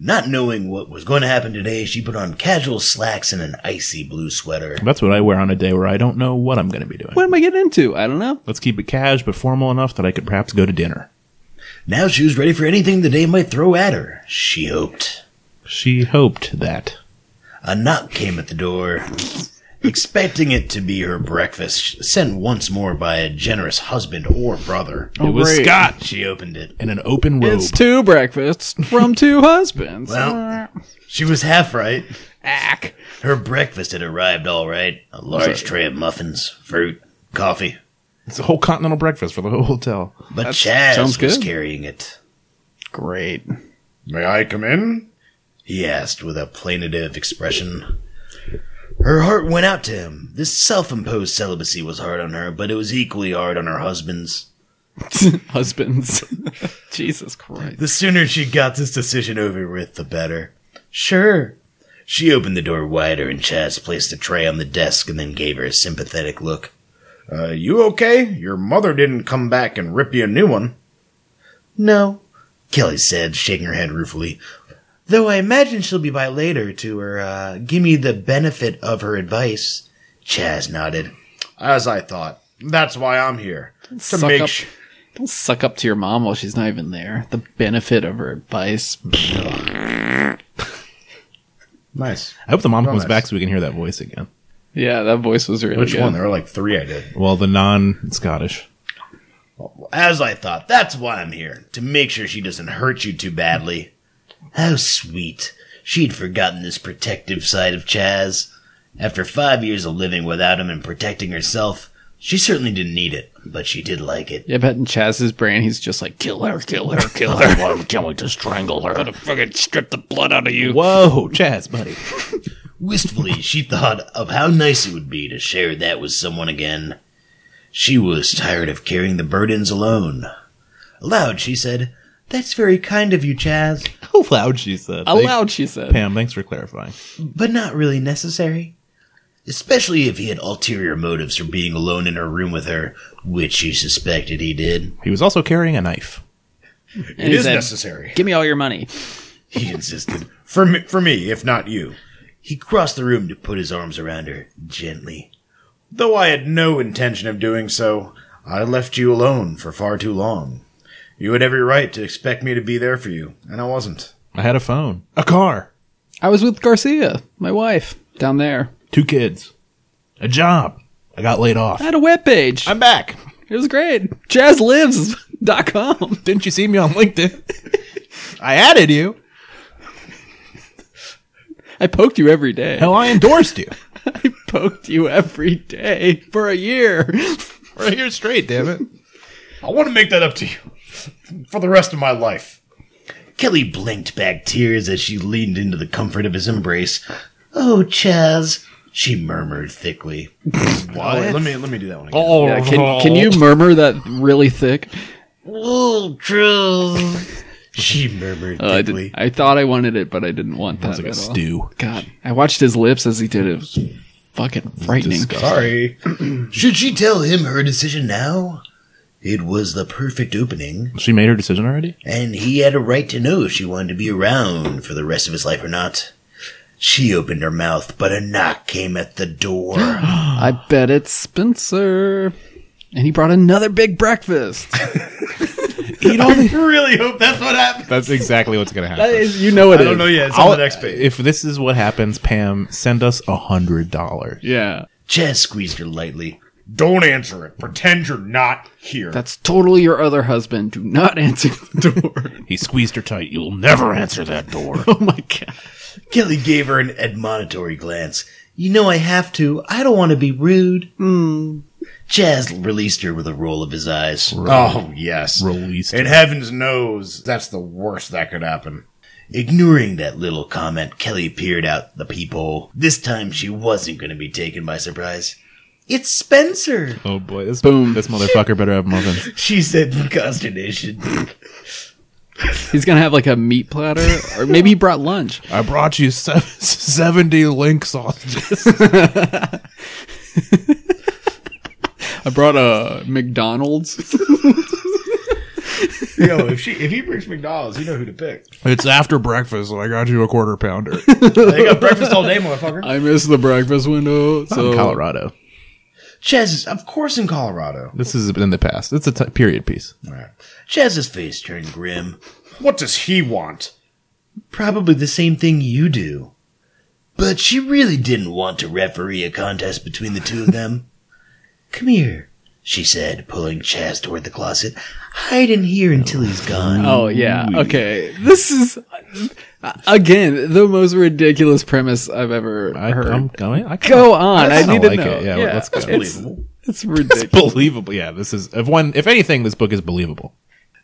Not knowing what was going to happen today, she put on casual slacks and an icy blue sweater. That's what I wear on a day where I don't know what I'm going to be doing. What am I getting into? I don't know. Let's keep it cash but formal enough that I could perhaps go to dinner. Now she was ready for anything the day might throw at her, she hoped. She hoped that. A knock came at the door. Expecting it to be her breakfast, sent once more by a generous husband or brother. it was great. Scott She opened it. in an open robe. It's two breakfasts from two husbands. Well, she was half right. Ack. Her breakfast had arrived all right. A large tray of muffins, fruit, coffee. it's a whole continental breakfast for the whole hotel. But Chaz sounds was good. carrying it. Great. May I come in? He asked with a plaintive expression. Her heart went out to him. This self imposed celibacy was hard on her, but it was equally hard on her husband's. Husbands. Jesus Christ. The sooner she got this decision over with, the better. Sure. She opened the door wider and Chaz placed the tray on the desk and then gave her a sympathetic look. Uh, you okay? Your mother didn't come back and rip you a new one. No, Kelly said, shaking her head ruefully. Though I imagine she'll be by later to her, uh, give me the benefit of her advice. Chaz nodded. As I thought. That's why I'm here to Suck make up. sh- Don't suck up to your mom while she's not even there. The benefit of her advice. nice. I hope the mom Oh, comes nice. back so we can hear that voice again. Yeah, that voice was really Which good. one? There were like three I did. Well, the non-Scottish. As I thought, that's why I'm here, to make sure she doesn't hurt you too badly. How sweet. She'd forgotten this protective side of Chaz. After five years of living without him and protecting herself, she certainly didn't need it, but she did like it. Yeah, I bet in Chaz's brain he's just like, kill her, kill her, kill her. I'm going to strangle her. I'm gonna fucking strip the blood out of you. Whoa, Chaz, buddy. Wistfully, she thought of how nice it would be to share that with someone again. She was tired of carrying the burdens alone. Aloud, she said, That's very kind of you, Chaz, How loud she said. Aloud, she said. Pam, thanks for clarifying. but not really necessary. Especially if he had ulterior motives for being alone in her room with her, which she suspected he did. He was also carrying a knife. And It he is said, necessary Give me all your money. He insisted. for me, for me, if not you. He crossed the room to put his arms around her gently. Though I had no intention of doing so, I left you alone for far too long. You had every right to expect me to be there for you, and I wasn't. I had a phone, a car, I was with Garcia, my wife, down there. two kids, a job. I got laid off. I had a webpage. I'm back. It was great. JazzLives.com. Didn't you see me on LinkedIn? I added you. I poked you every day. Hell, I endorsed you. I poked you every day for a year. Right here straight, damn it. I want to make that up to you for the rest of my life. Kelly blinked back tears as she leaned into the comfort of his embrace. Oh, Chaz, she murmured thickly. Wait, let me let me do that one again. Oh, Yeah, can, can you murmur that really thick? Ultra, she murmured Uh, I, thickly. did, I thought I wanted it, but I didn't want that. like a at all. stew. God, I watched his lips as he did it. It was fucking frightening. Sorry. Should she tell him her decision now? It was the perfect opening, She made her decision already? and he had a right to know if she wanted to be around for the rest of his life or not. She opened her mouth, but a knock came at the door. I bet it's Spencer. And he brought another big breakfast. really hope that's what happened. That's exactly what's going to That happen. is, you know it I is. don't know yet. It's on the next page. if this is what happens, Pam, send us a hundred dollars. Yeah. Eh, Chaz squeezed her lightly. Don't answer it. Pretend you're not here. That's totally your other husband. Do not answer the door. He squeezed her tight. You'll never answer that door. oh my god. Kelly gave her an admonitory glance. You know I have to. I don't want to be rude. Chaz released her with a roll of his eyes. oh yes. Released. In heaven's knows, that's the worst that could happen. Ignoring that little comment, Kelly peered out the peephole. This time she wasn't going to be taken by surprise. It's Spencer, Oh boy, this boom! This motherfucker better have muffins. she said in consternation. He's gonna have like a meat platter, or maybe he brought lunch. I brought you seven, seventy link sausages. I brought a McDonald's. Yo, if she if he brings McDonald's, you know who to pick. It's after breakfast, and I got you a quarter pounder. They got breakfast all day, motherfucker. I missed the breakfast window. So Colorado. Chaz is Of course, in Colorado. This has been in the past. It's a t- period piece. Chaz's face turned grim. What does he want? Probably the same thing you do. But she really didn't want to referee a contest between the two of them. Come here, she said, pulling Chaz toward the closet. Hide in here until he's gone. Oh yeah. Okay. This is again the most ridiculous premise I've ever I, heard. I'm going. I kinda, Go on. I, kinda need to like know. it. Yeah, let's go. It's, it's ridiculous. believable. Yeah, this is if one. If anything, this book is believable.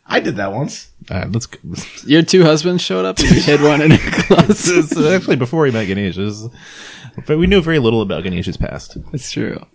I did that once. All right, let's. Go. Your two husbands showed up and you hid one in a this closet. is actually before we met Ganesh. This is- But we knew very little about Ganesh's past. It's true.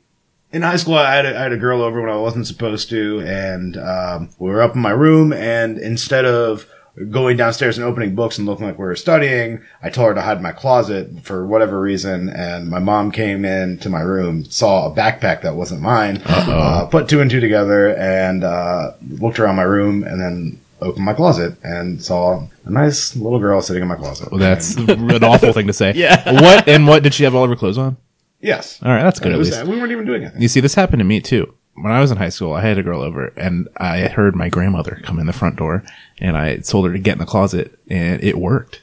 in high school, I had, a, I had a girl over when I wasn't supposed to, and um, we were up in my room. And instead of going downstairs and opening books and looking like we were studying, I told her to hide in my closet for whatever reason. And my mom came in to my room, saw a backpack that wasn't mine, uh, put two and two together, and uh, looked around my room, and then opened my closet and saw a nice little girl sitting in my closet. Well, that's an awful thing to say. Yeah. What and what did she have all of her clothes on? yes. All right, that's good. It At was, least. we weren't even doing anything. You see, this happened to me too. When I was in high school, I had a girl over and I heard my grandmother come in the front door and I told her to get in the closet and it worked.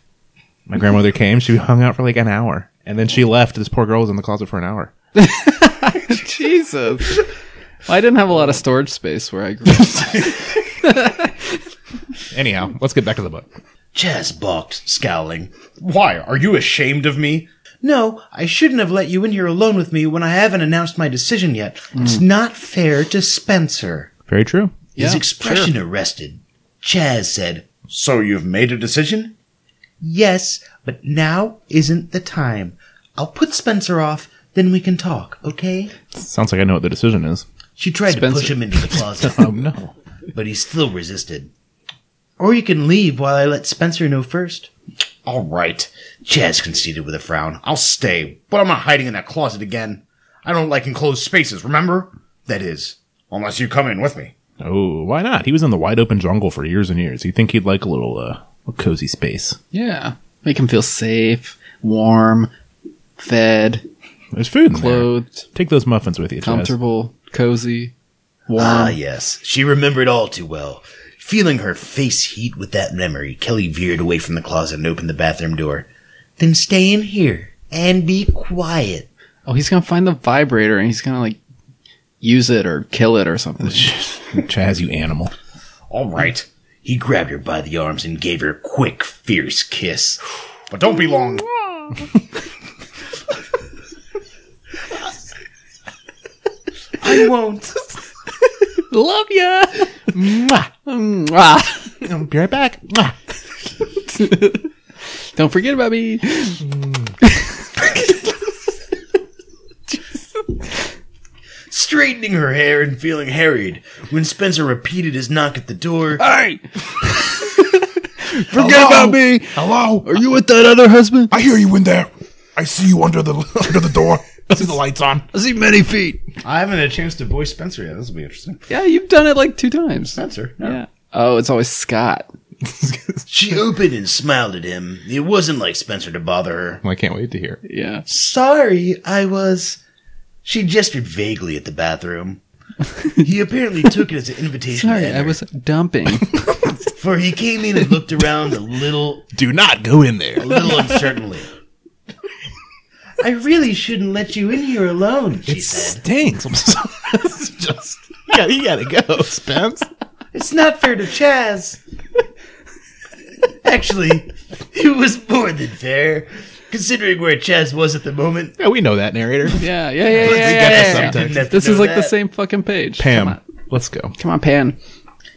My grandmother came, she hung out for like an hour and then she left. This poor girl was in the closet for an hour. Jesus. I didn't have a lot of storage space where I grew up. Anyhow, let's get back to the book. Chaz balked, scowling. Why? Are you ashamed of me? No, I shouldn't have let you in here alone with me when I haven't announced my decision yet. It's not fair to Spencer. Very true. His Yeah, expression arrested. Chaz said, So you've made a decision? Yes, but now isn't the time. I'll put Spencer off, then we can talk, okay? Sounds like I know what the decision is. She tried Spencer. to push him into the closet, Oh no. but he still resisted. Or you can leave while I let Spencer know first. All right. Chaz conceded with a frown. I'll stay, but I'm not hiding in that closet again. I don't like enclosed spaces, remember? That is, unless you come in with me. Oh, why not? He was in the wide open jungle for years and years. You'd think he'd like a little, uh, a cozy space. yeah. Make him feel safe, warm, fed, There's food in there. clothed, Take those muffins with you, Chaz. comfortable, cozy, warm. Ah, yes. She remembered all too well. Feeling her face heat with that memory, Kelly veered away from the closet and opened the bathroom door. Then stay in here and be quiet. Oh, he's gonna find the vibrator and he's gonna like use it or kill it or something. Chaz, you animal. All right. He grabbed her by the arms and gave her a quick, fierce kiss. But don't be long. I won't. Love ya. Mwah. I'll be right back. Don't forget about me. Straightening her hair and feeling harried when Spencer repeated his knock at the door. Hey! Forget about me. Hello? Are you with that other husband? I hear you in there. I see you under the under the door. I see the lights on. I see many feet. I haven't had a chance to voice Spencer yet. This will be interesting. Yeah, you've done it like two times. Spencer. Yeah. Oh, it's always Scott. She opened and smiled at him. It wasn't like Spencer to bother her. I can't wait to hear. it. Yeah. Sorry, I was. She gestured vaguely at the bathroom. he apparently took it as an invitation, to Sorry, I enter, was dumping. for he came in and looked around a little, Do not go in there. a little uncertainly. I really shouldn't let you in here alone, she said. Stinks. I'm so- it's just yeah, you gotta go, Spence. It's not fair to Chaz. Actually, it was more than fair, considering where Chaz was at the moment. Yeah, we know that narrator. yeah, yeah, yeah, yeah, yeah. got yeah, the yeah. subtext. Didn't have to This know is like the that. same fucking page. Come Pam, on, let's go. Come on Pan.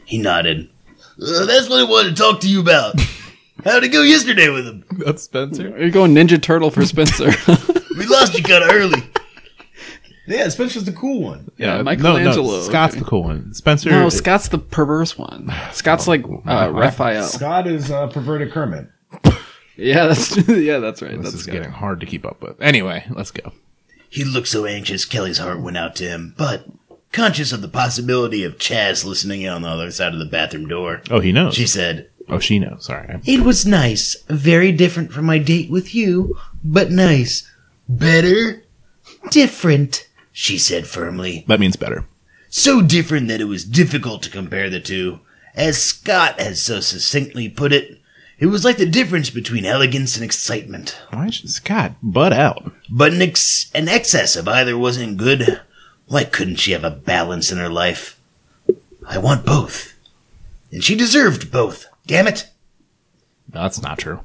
He nodded. "Uh, that's what I wanted to talk to you about. How'd it go yesterday with him? That's Spencer. You're going Ninja Turtle for Spencer. We lost you kind of early. Yeah, Spencer's the cool one. Yeah, Michelangelo. No, no, Scott's the cool one. Spencer. no, Oh, Scott's the perverse one. Scott's like uh, Raphael. Scott is uh, perverted Kermit. Yeah, that's yeah, that's right. this that's is getting hard to keep up with. Anyway, let's go. He looked so anxious, Kelly's heart went out to him, but conscious of the possibility of Chaz listening in on the other side of the bathroom door, Oh, he knows. she said, oh, she knows. Sorry. It was nice. Very different from my date with you, but nice. Better? Different, she said firmly. That means better. so different that it was difficult to compare the two. As Scott has so succinctly put it, it was like the difference between elegance and excitement. Why should Scott butt out? But an, ex- an excess of either wasn't good. Why couldn't she have a balance in her life? I want both. And she deserved both. Damn it. That's not true.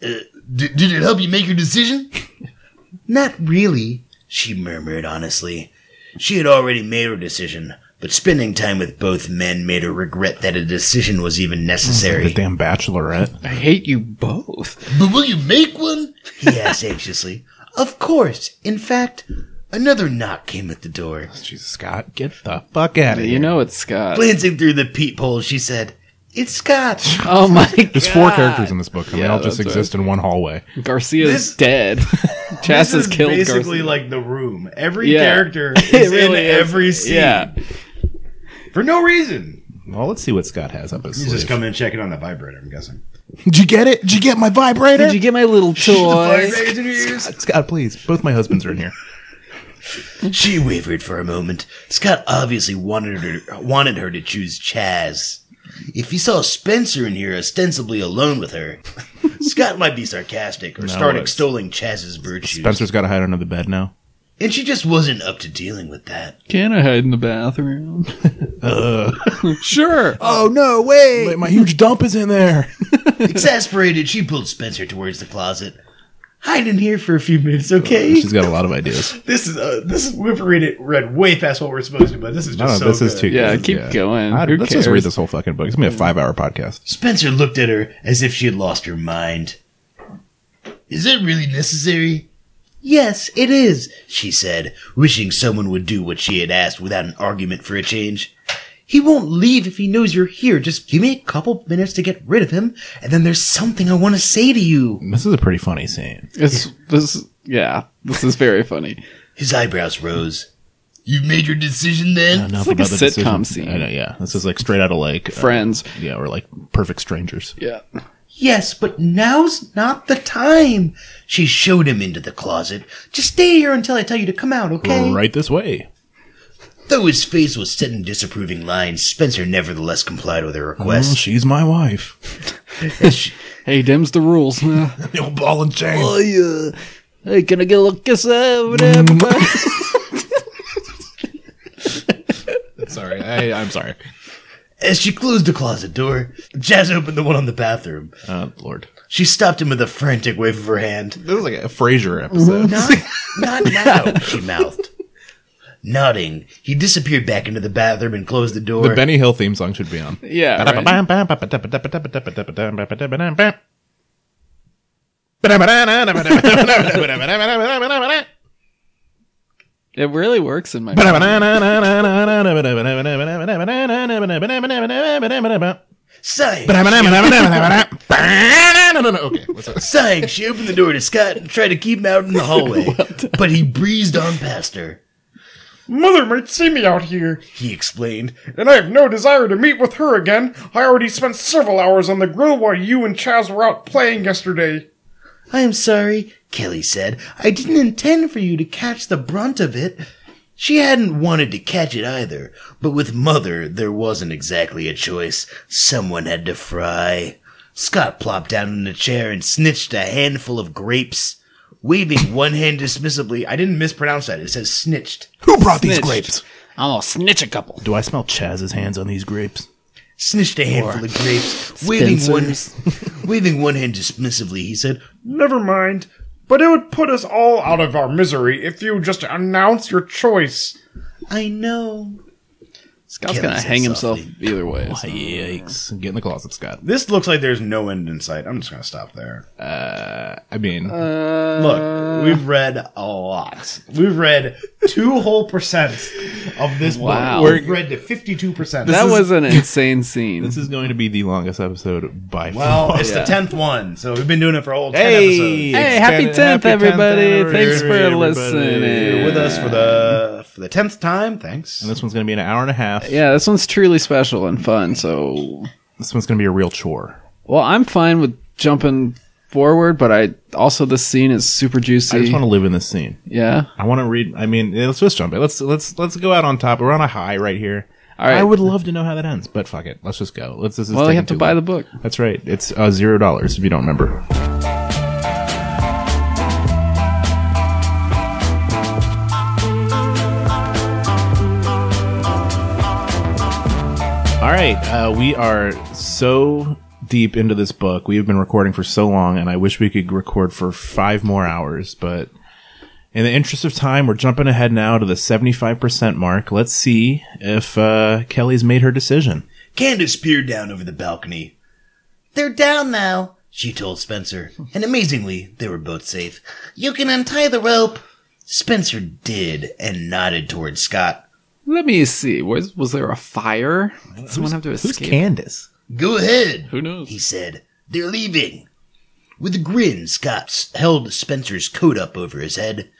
Uh, D- did it help you make your decision? Not really, she murmured honestly. She had already made her decision, but spending time with both men made her regret that a decision was even The necessary. damn Bachelorette. I hate you both. But will you make one? he asked anxiously. Of course. In fact, another knock came at the door. Jesus, Scott, get the fuck out of here. You know it's Scott. Glancing through the peephole, she said, It's Scott. Oh my There's four characters in this book, and they Yeah, all just that's exist in one hallway. Garcia's This- dead. Chas has killed basically Garcia. like the room. Every Yeah. character It is really in is. every scene Yeah. for no reason. Well, let's see what Scott has up his He's just sleeve. coming and checking on the vibrator. I'm guessing. Did you get it? Did you get my vibrator? Did you get my little toy? Scott, please. Both my husbands are in here. She wavered for a moment. Scott obviously wanted her wanted her to choose Chaz. If he saw Spencer in here ostensibly alone with her, Scott might be sarcastic or start it's- extolling Chaz's virtues. Spencer's got to hide under the bed now. And she just wasn't up to dealing with that. Can I hide in the bathroom? Uh. sure. Oh no! Wait. my huge dump is in there. Exasperated, she pulled Spencer towards the closet. Hide in here for a few minutes, okay? She's got a lot of ideas. This is uh, this is we've read it read way past what we're supposed to, but this is No, just so this good. is too. Yeah, this is- keep going. I- Who let's just cares? read this whole fucking book. It's gonna be a five-hour podcast. Spencer looked at her as if she had lost her mind. Is it really necessary? Yes, it is, she said, wishing someone would do what she had asked without an argument for a change. He won't leave if he knows you're here. Just give me a couple minutes to get rid of him, and then there's something I want to say to you. This is a pretty funny scene. It's this. Yeah, this is very funny. His eyebrows rose. You made your decision then? Enough like a about the sitcom decision. scene. I know, yeah, this is like straight out of like uh, Friends. yeah, or like Perfect Strangers. Yeah. Yes, but now's not the time. She showed him into the closet. Just stay here until I tell you to come out, okay? Right this way. Though his face was set in disapproving lines, Spencer nevertheless complied with her Well, request. she's my wife. As Oh, she- Hey, Dim's the rules. Nah. The old ball and chain. yeah. uh, Hey, can I get a little kiss over there? Sorry, I, I'm sorry. As she closed the closet door, Jazz opened the one on the bathroom. Oh, Lord. She stopped him with a frantic wave of her hand. This is like a Frasier episode. Not now, she mouthed. Nodding, he disappeared back into the bathroom and closed the door. The Benny Hill theme song should be on. yeah. right. It really works in my sighing, sighing, she opened the door to Scott and tried to keep him out in the hallway, but he breezed on past her. Mother might see me out here, He explained, and I have no desire to meet with her again. I already spent several hours on the grill while you and Chaz were out playing yesterday. I am sorry, Kelly said. I didn't intend for you to catch the brunt of it. She hadn't wanted to catch it either, but with Mother, there wasn't exactly a choice. Someone had to fry. Scott plopped down in a chair and snitched a handful of grapes. Waving one hand dismissively, I didn't mispronounce that. It says snitched. Who brought these grapes? I'm gonna snitch a couple. Do I smell Chaz's hands on these grapes? Snitched a handful of grapes. Waving one, waving one hand dismissively, he said, Never mind. But it would put us all out of our misery if you just announce your choice. I know. Scott's Kelly gonna said hang himself softly. either way. so- Yikes. Get in the closet, Scott. This looks like there's no end in sight. I'm just gonna stop there. I mean, Uh, Look, we've read a lot. We've read two whole percent of this Wow. book. We've read to fifty-two percent. that was an insane scene. this is going to be the longest episode by far. well, it's Yeah. the tenth one, so we've been doing it for a whole ten episodes. Hey, happy 10th, everybody. Thanks for You're listening. with us for the for the tenth time. Thanks. This one's going to be an hour and a half. yeah, this one's truly special and fun. So, This one's going to be a real chore. well, I'm fine with jumping forward, but I also this scene is super I just juicy. want to live in this scene. yeah, I want to read. I mean, yeah, let's just jump it. Let's let's let's go out on top. We're on a high right here. All right. I would love to know how that ends, but fuck it. Let's just go. Let's. This is well, you taking have to too buy long. the book. That's right. It's uh, zero dollars if you don't remember. All right, uh, we are so deep into this book. We have been recording for so long, and I wish we could record for five more hours. But in the interest of time, we're jumping ahead now to the seventy-five percent mark. Let's see if uh, Kelly's made her decision. Candace peered down over the balcony. They're down now, she told Spencer, and amazingly, they were both safe. You can untie the rope. Spencer did and nodded towards Scott. Let me see. Was was there a fire? Did someone have to escape? Candace? Go ahead, Who knows? he said. They're leaving. With a grin, Scott s- held Spencer's coat up over his head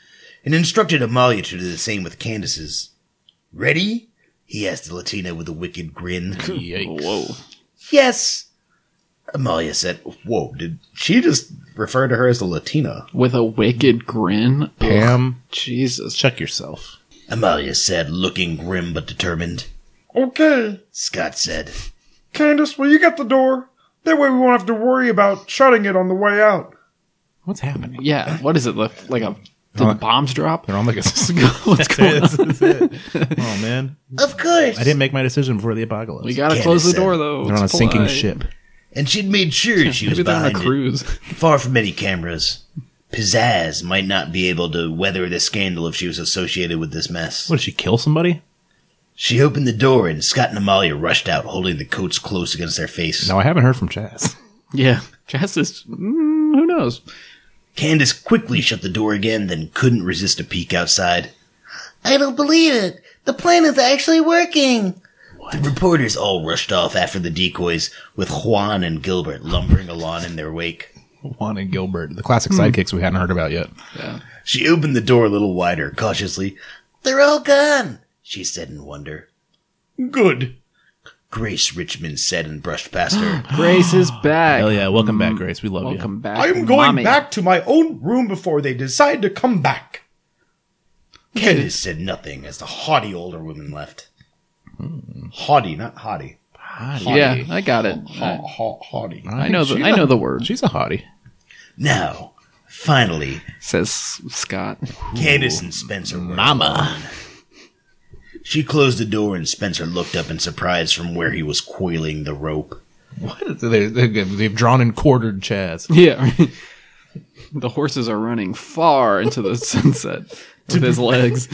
and instructed Amalia to do the same with Candace's. Ready? he asked the Latina with a wicked grin. Whoa! yes, Amalia said. Whoa, did She just referred to her as the Latina. With a wicked grin. Ugh, Pam, Jesus. check yourself. Amalia said, looking grim but determined. Okay, Scott said, Candace, will you get the door? That way we won't have to worry about shutting it on the way out. What's happening? Yeah. What is it? Like like a did the bombs drop? They're on like a. What's going on? oh man, Of course! I didn't make my decision before the apocalypse. We gotta Candace close the said, door though. They're on a It's sinking polite. ship. And she'd made sure she was Maybe they're on a behind it, cruise. far from any cameras. Pizzazz might not be able to weather the scandal if she was associated with this mess. What did she kill somebody? She opened the door, and Scott and Amalia rushed out, holding the coats close against their face. No, I haven't heard from Chaz. Yeah, Jazz is. Mm, who knows? Candace quickly shut the door again, then couldn't resist a peek outside. I don't believe it. The plan is actually working. The reporters all rushed off after the decoys, with Juan and Gilbert lumbering along in their wake. Juan and Gilbert, the classic sidekicks we hadn't heard about yet. She opened the door a little wider, cautiously. They're all gone, she said in wonder. Good. Grace Richmond said and brushed past her. Grace is back. Hell yeah. Welcome back, Grace. We love Welcome you. back. I am going mommy. back to my own room before they decide to come back. Candace said nothing as the haughty older woman left. Haughty, not haughty. Yeah, I got it. I, Oh, Ha- ha- haughty. I know the I know the word. She's a hottie. Now, finally, Says Scott. Candace and Spencer were alone. She closed the door and Spencer looked up in surprise from where he was coiling the rope. What? They're, they're, good. they've drawn and quartered Chaz. Yeah. the horses are running far into the sunset with his legs.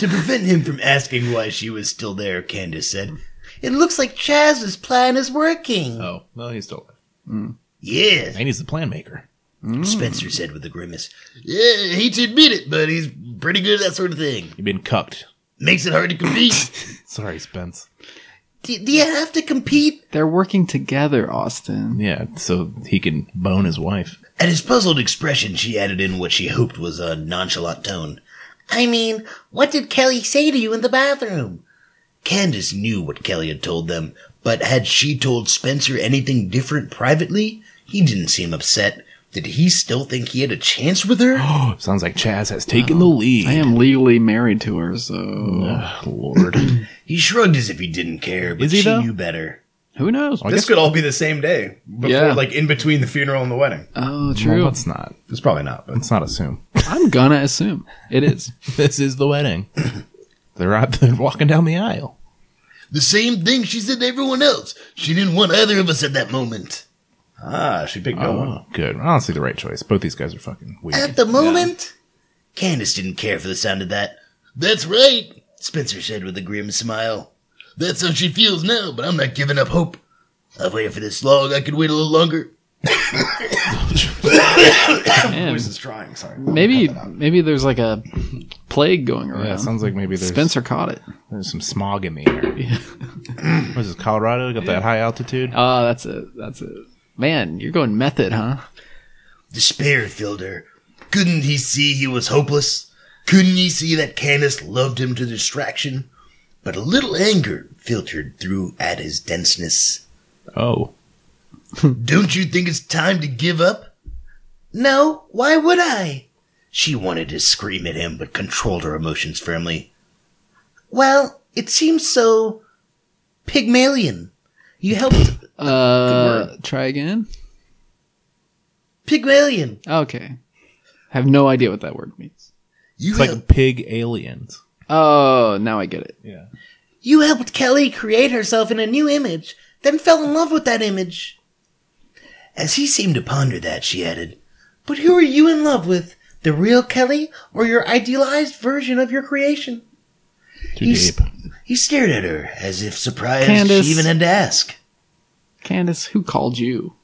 To prevent him from asking why she was still there, Candace said, It looks like Chaz's plan is working. Oh, well, he's still. Yeah, And he's the plan maker. Spencer said with a grimace. Yeah, hate to admit it, but he's pretty good at that sort of thing. You've been cucked. Makes it hard to compete. Sorry, Spence. do, do you have to compete? They're working together, Austin. Yeah, so he can bone his wife. At his puzzled expression, she added in what she hoped was a nonchalant tone. I mean, what did Kelly say to you in the bathroom? Candace knew what Kelly had told them, but had she told Spencer anything different privately? He didn't seem upset. Did he still think he had a chance with her? Sounds like Chaz has taken the lead. I am legally married to her, so Ugh, Lord. He shrugged as if he didn't care, but Is he, she though? knew better. who knows? This could all be the same day, before, Yeah. like in between the funeral and the wedding. Oh, Well, true. let's not. It's probably not, but Let's not assume. I'm gonna assume it is. This is the wedding. they're out there walking down the aisle. The same thing she said to everyone else. She didn't want either of us at that moment. ah, she picked no one. Oh, good. Honestly, the right choice. Both these guys are fucking weird. At the moment? Candace didn't care for the sound of that. That's right, Spencer said with a grim smile. That's how she feels now, but I'm not giving up hope. I've waited for this long, I could wait a little longer. Man, This is trying. Sorry. maybe maybe there's like a plague going around. Yeah, it sounds like maybe there's Spencer caught it. There's some smog in the air. What is this, Colorado? Got that high altitude? Oh, that's it. That's it. Man, you're going method, huh? Despair filled her. Couldn't he see he was hopeless? Couldn't he see that Candace loved him to distraction? But a little anger filtered through at his denseness. Oh. Don't you think it's time to give up? No, why would I? She wanted to scream at him, but controlled her emotions firmly. Well, it seems so. Pygmalion. You helped. Uh, try again. Pygmalion. Okay. Have no idea what that word means. You, It's like helped, pig aliens. Oh, now I get it. you helped Kelly create herself in a new image, then fell in love with that image. As he seemed to ponder that, she added, But who are you in love with? The real Kelly or your idealized version of your creation? Too He's- deep. He stared at her as if surprised Candace. she even had to ask. Candace, who called you?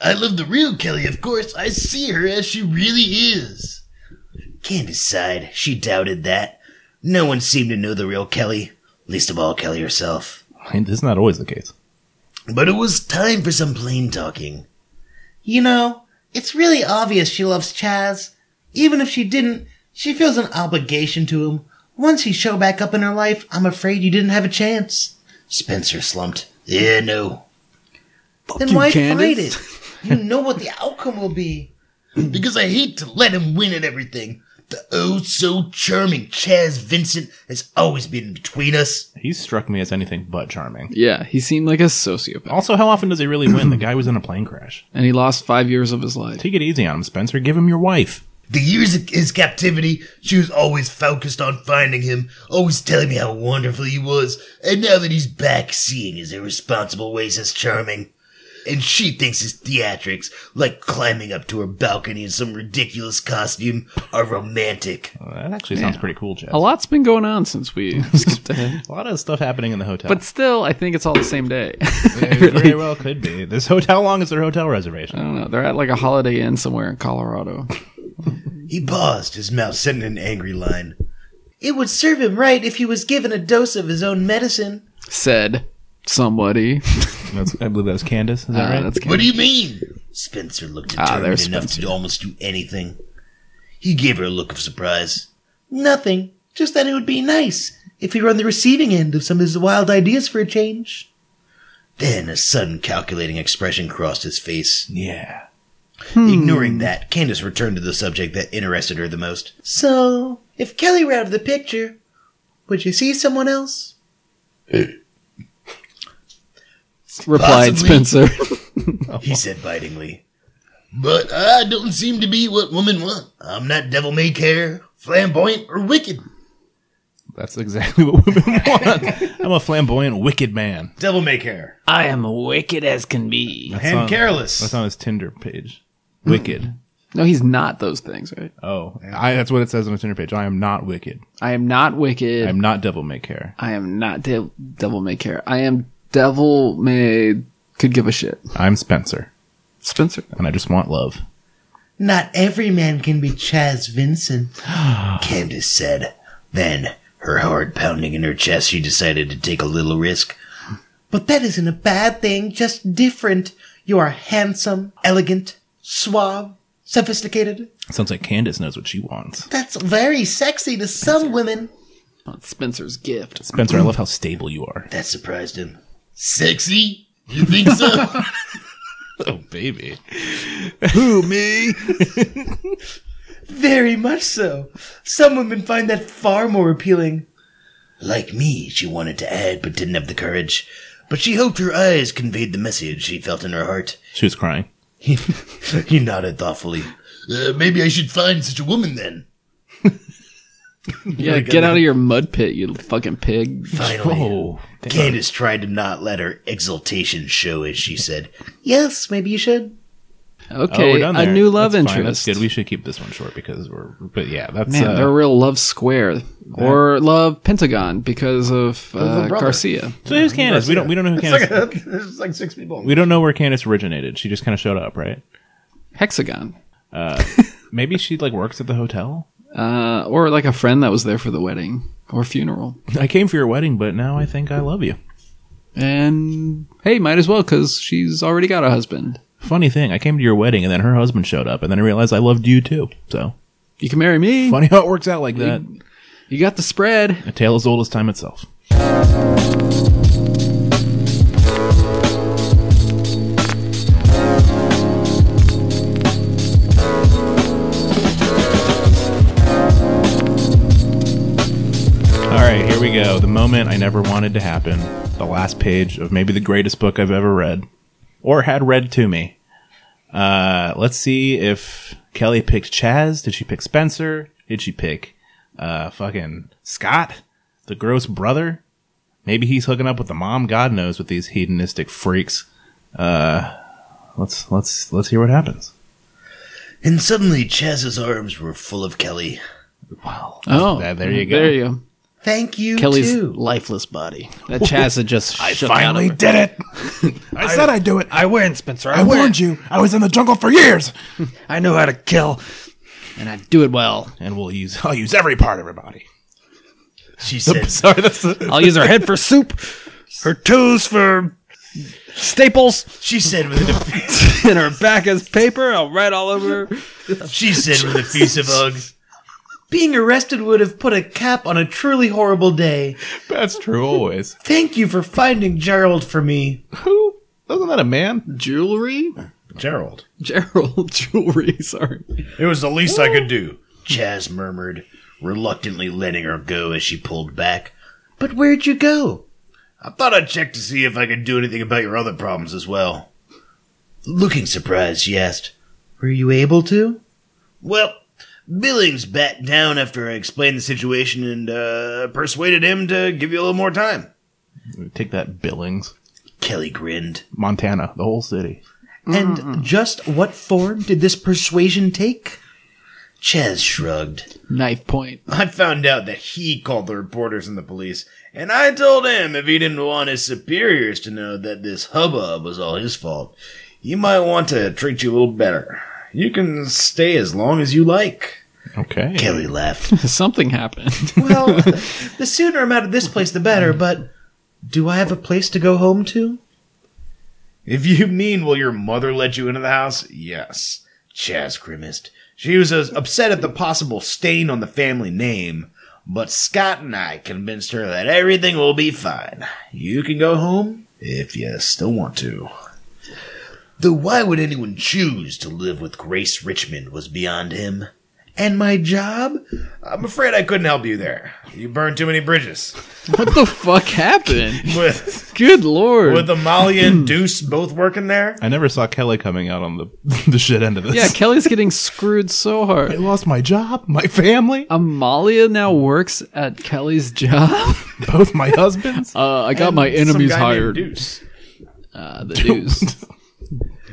I love the real Kelly, of course. I see her as she really is. Candace sighed. She doubted that. No one seemed to know the real Kelly, least of all Kelly herself. This is not always the case. But it was time for some plain talking. You know, it's really obvious she loves Chaz. Even if she didn't, she feels an obligation to him. Once he show back up in her life, I'm afraid you didn't have a chance. Spencer slumped. Yeah, no. then you, why fight Candace. it? You know what the outcome will be. Because I hate to let him win at everything. The oh so charming Chaz Vincent has always been between us. He struck me as anything but charming. Yeah, he seemed like a sociopath, Also, how often does he really win? The guy was in a plane crash. and he lost five years of his life. Take it easy on him, Spencer. Give him your wife. The years of his captivity, she was always focused on finding him, always telling me how wonderful he was, and now that he's back, seeing his irresponsible ways as charming. And she thinks his theatrics, like climbing up to her balcony in some ridiculous costume, are romantic. Uh, that actually sounds pretty cool, Chaz. A lot's been going on since we skipped ahead, A lot of stuff happening in the hotel. but still, I think it's all the same day. it very well could be. This hotel, how long is their hotel reservation? I don't know. They're at like a Holiday Inn somewhere in Colorado. He paused, his mouth setting an angry line. It would serve him right if he was given a dose of his own medicine. Said somebody. That's, I believe that was Candace. Is that Uh, right? that's What do you mean? Spencer looked Ah, determined there's enough to almost do anything. He gave her a look of surprise. Nothing. Just that it would be nice. if he were on the receiving end of some of his wild ideas for a change. Then a sudden calculating expression crossed his face. Yeah. Hmm. Ignoring that, Candace returned to the subject that interested her the most. So, if Kelly were out of the picture, would you see someone else? Replied Possibly. Spencer. He said bitingly. But I don't seem to be what women want. I'm not devil may care, flamboyant, or wicked. That's exactly what women want. I'm a flamboyant, wicked man. Devil may care. I am wicked as can be. That's And on- careless. That's on his Tinder page. Wicked. no, he's not those things, right? Oh, I, that's what it says on his Tinder page. I am not wicked. I am not wicked. I am not devil may care. I am not de- devil may care. I am devil may could give a shit. I'm Spencer, Spencer. and I just want love. Not every man can be Chaz Vincent, Candace said. Then, her heart pounding in her chest, she decided to take a little risk. But that isn't a bad thing, just different. You are handsome, elegant, suave, sophisticated. Sounds like Candace knows what she wants. That's very sexy to some women. Spencer's gift. Spencer, I love how stable you are. That surprised him. Sexy? You think so? Oh, baby. Very much so. Some women find that far more appealing. Like me, she wanted to add but didn't have the courage. But she hoped her eyes conveyed the message she felt in her heart. She was crying. he nodded thoughtfully. Uh, maybe I should find such a woman then. Yeah, get out of your mud pit, you fucking pig. Finally, Oh, Candace tried to not let her exultation show as she said, Yes, maybe you should. oh, we're Okay, done a there. new love That's fine. interest. That's good. We should keep this one short because we're. But yeah, that's. Man, uh, they're a real love square or love pentagon because of uh, Garcia. so who's Candace? We don't. We don't know who Candace. There's like six people. we don't know where Candace originated. She just kind of showed up, right? Hexagon. Maybe she like works at the hotel. Uh, or like a friend that was there for the wedding or funeral. I came for your wedding, but now I think I love you. And hey, might as well because she's already got a husband. Funny thing, I came to your wedding and then her husband showed up, and then I realized I loved you too. So You can marry me. funny how it works out like that. You got the spread. A tale as old as time itself. All right, here we go. The moment I never wanted to happen. The last page of maybe the greatest book I've ever read or had read to me. Uh, let's see if Kelly picked Chaz. Did she pick Spencer? Did she pick uh, fucking Scott, the gross brother. Maybe he's hooking up with the mom. God knows with these hedonistic freaks. Uh, let's let's let's hear what happens. And suddenly Chaz's arms were full of Kelly. Wow. Oh, there, there you go. There you go. Thank you, Kelly's too. lifeless body. That Chaz had just I shook Finally out of did it. I, said I'd do it. her. I win, Spencer. Oh, I, I win. warned you. I was in the jungle for years. I know how to kill, and I do it well. And we'll use. I'll use every part, everybody. She said, Sorry, that's the, I'll use her head for soup, her toes for staples, she said with an and her back as paper. I'll write all over. her. She said with a effusive hug. Being arrested would have put a cap on a truly horrible day. that's true. Always. Thank you for finding Gerald for me. Who? Wasn't that a man? Jewelry? Gerald. Gerald jewelry, sorry. It was the least I could do. Chaz murmured, reluctantly letting her go as she pulled back. But where'd you go? I thought I'd check to see if I could do anything about your other problems as well. Looking surprised, she asked, Were you able to? Well, Billings backed down after I explained the situation and uh, persuaded him to give you a little more time. Take that, Billings, Kelly grinned. Montana, the whole city. And just what form did this persuasion take? Chaz shrugged. Knife point. I found out that he called the reporters and the police, and I told him if he didn't want his superiors to know that this hubbub was all his fault, you might want to treat you a little better. You can stay as long as you like. Okay. Kelly laughed. Something happened. well, the sooner I'm out of this place, the better, but do I have a place to go home to? If you mean will your mother let you into the house? Yes. Chaz grimaced. She was as upset at the possible stain on the family name But Scott and I convinced her that everything will be fine. You can go home if you still want to. Though why would anyone choose to live with Grace Richmond was beyond him. And my job? I'm afraid I couldn't help you there. You burned too many bridges. What the fuck happened? With Good lord. with Amalia and Deuce both working there. I never saw Kelly coming out on the the shit end of this. yeah, Kelly's getting screwed so I hard. lost my job, my family, Amalia now works at Kelly's job. both my husbands. Uh, I got my Some enemies guy named hired. Deuce. Uh, the deuce.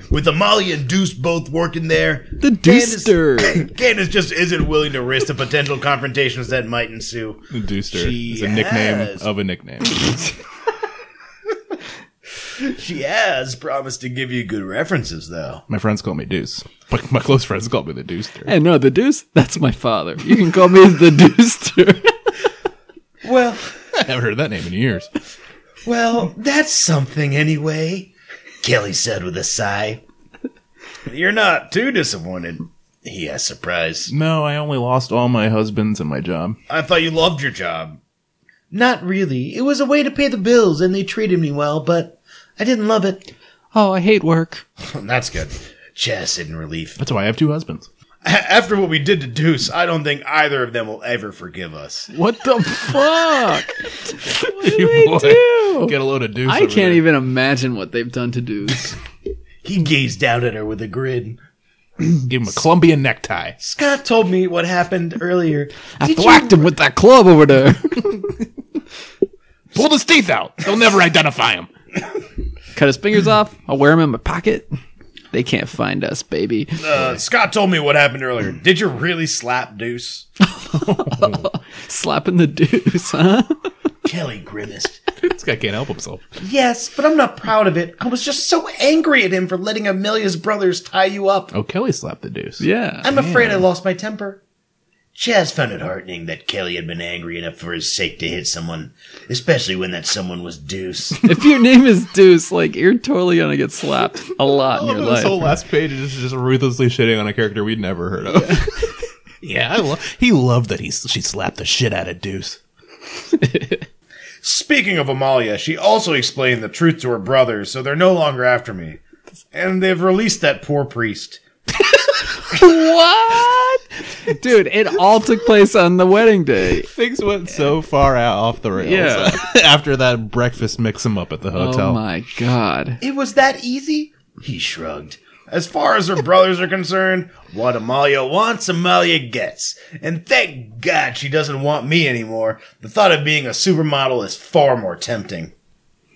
With Amalia and Deuce both working there, the deuster. Candace just isn't willing to risk the potential confrontations that might ensue. Deuster She is a nickname has- of a nickname. She has promised to give you good references, though. My friends call me Deuce. My, my close friends call me the Deuster. hey, no, the deuce. That's my father. You can call me the deuster. Well, I haven't heard that name in years. well, that's something anyway, Kelly said with a sigh. You're not too disappointed. He asked, surprised. No, I only lost all my husbands and my job. I thought you loved your job. Not really. It was a way to pay the bills, and they treated me well, but I didn't love it. oh, I hate work. That's good. Chess in relief. That's why I have two husbands. After what we did to Deuce, I don't think either of them will ever forgive us. What the fuck? You what do they do? Get a load of Deuce. I over can't there. even imagine what they've done to deuce. He gazed down at her with a grin. give him a Colombian necktie. Scott told me what happened earlier. I thwacked him with that club over there. Pull his teeth out. They'll never identify him. Cut his fingers off. I'll wear them in my pocket. They can't find us, baby. Uh, Scott told me what happened earlier. Did you really slap Deuce? Slapping the deuce, huh? Kelly grimaced. This guy can't help himself. Yes, but I'm not proud of it. I was just so angry at him for letting Amelia's brothers tie you up. Oh, Kelly slapped the Deuce. Yeah. I'm afraid I lost my temper. Chaz found it heartening that Kelly had been angry enough for his sake to hit someone, especially when that someone was Deuce. if your name is Deuce, like you're totally gonna get slapped a lot in your Oh, This life. whole last page is just ruthlessly shitting on a character we'd never heard of. yeah, I lo- he loved that he she slapped the shit out of Deuce. Speaking of Amalia, she also explained the truth to her brothers, so they're no longer after me. And they've released that poor priest. what? Dude, it all took place on the wedding day. Things went so far out off the rails. Yeah. After that breakfast mix him up at the hotel. Oh my god. it was that easy? He shrugged. As far as her brothers are concerned, what Amalia wants, Amalia gets. And thank God she doesn't want me anymore. The thought of being a supermodel is far more tempting.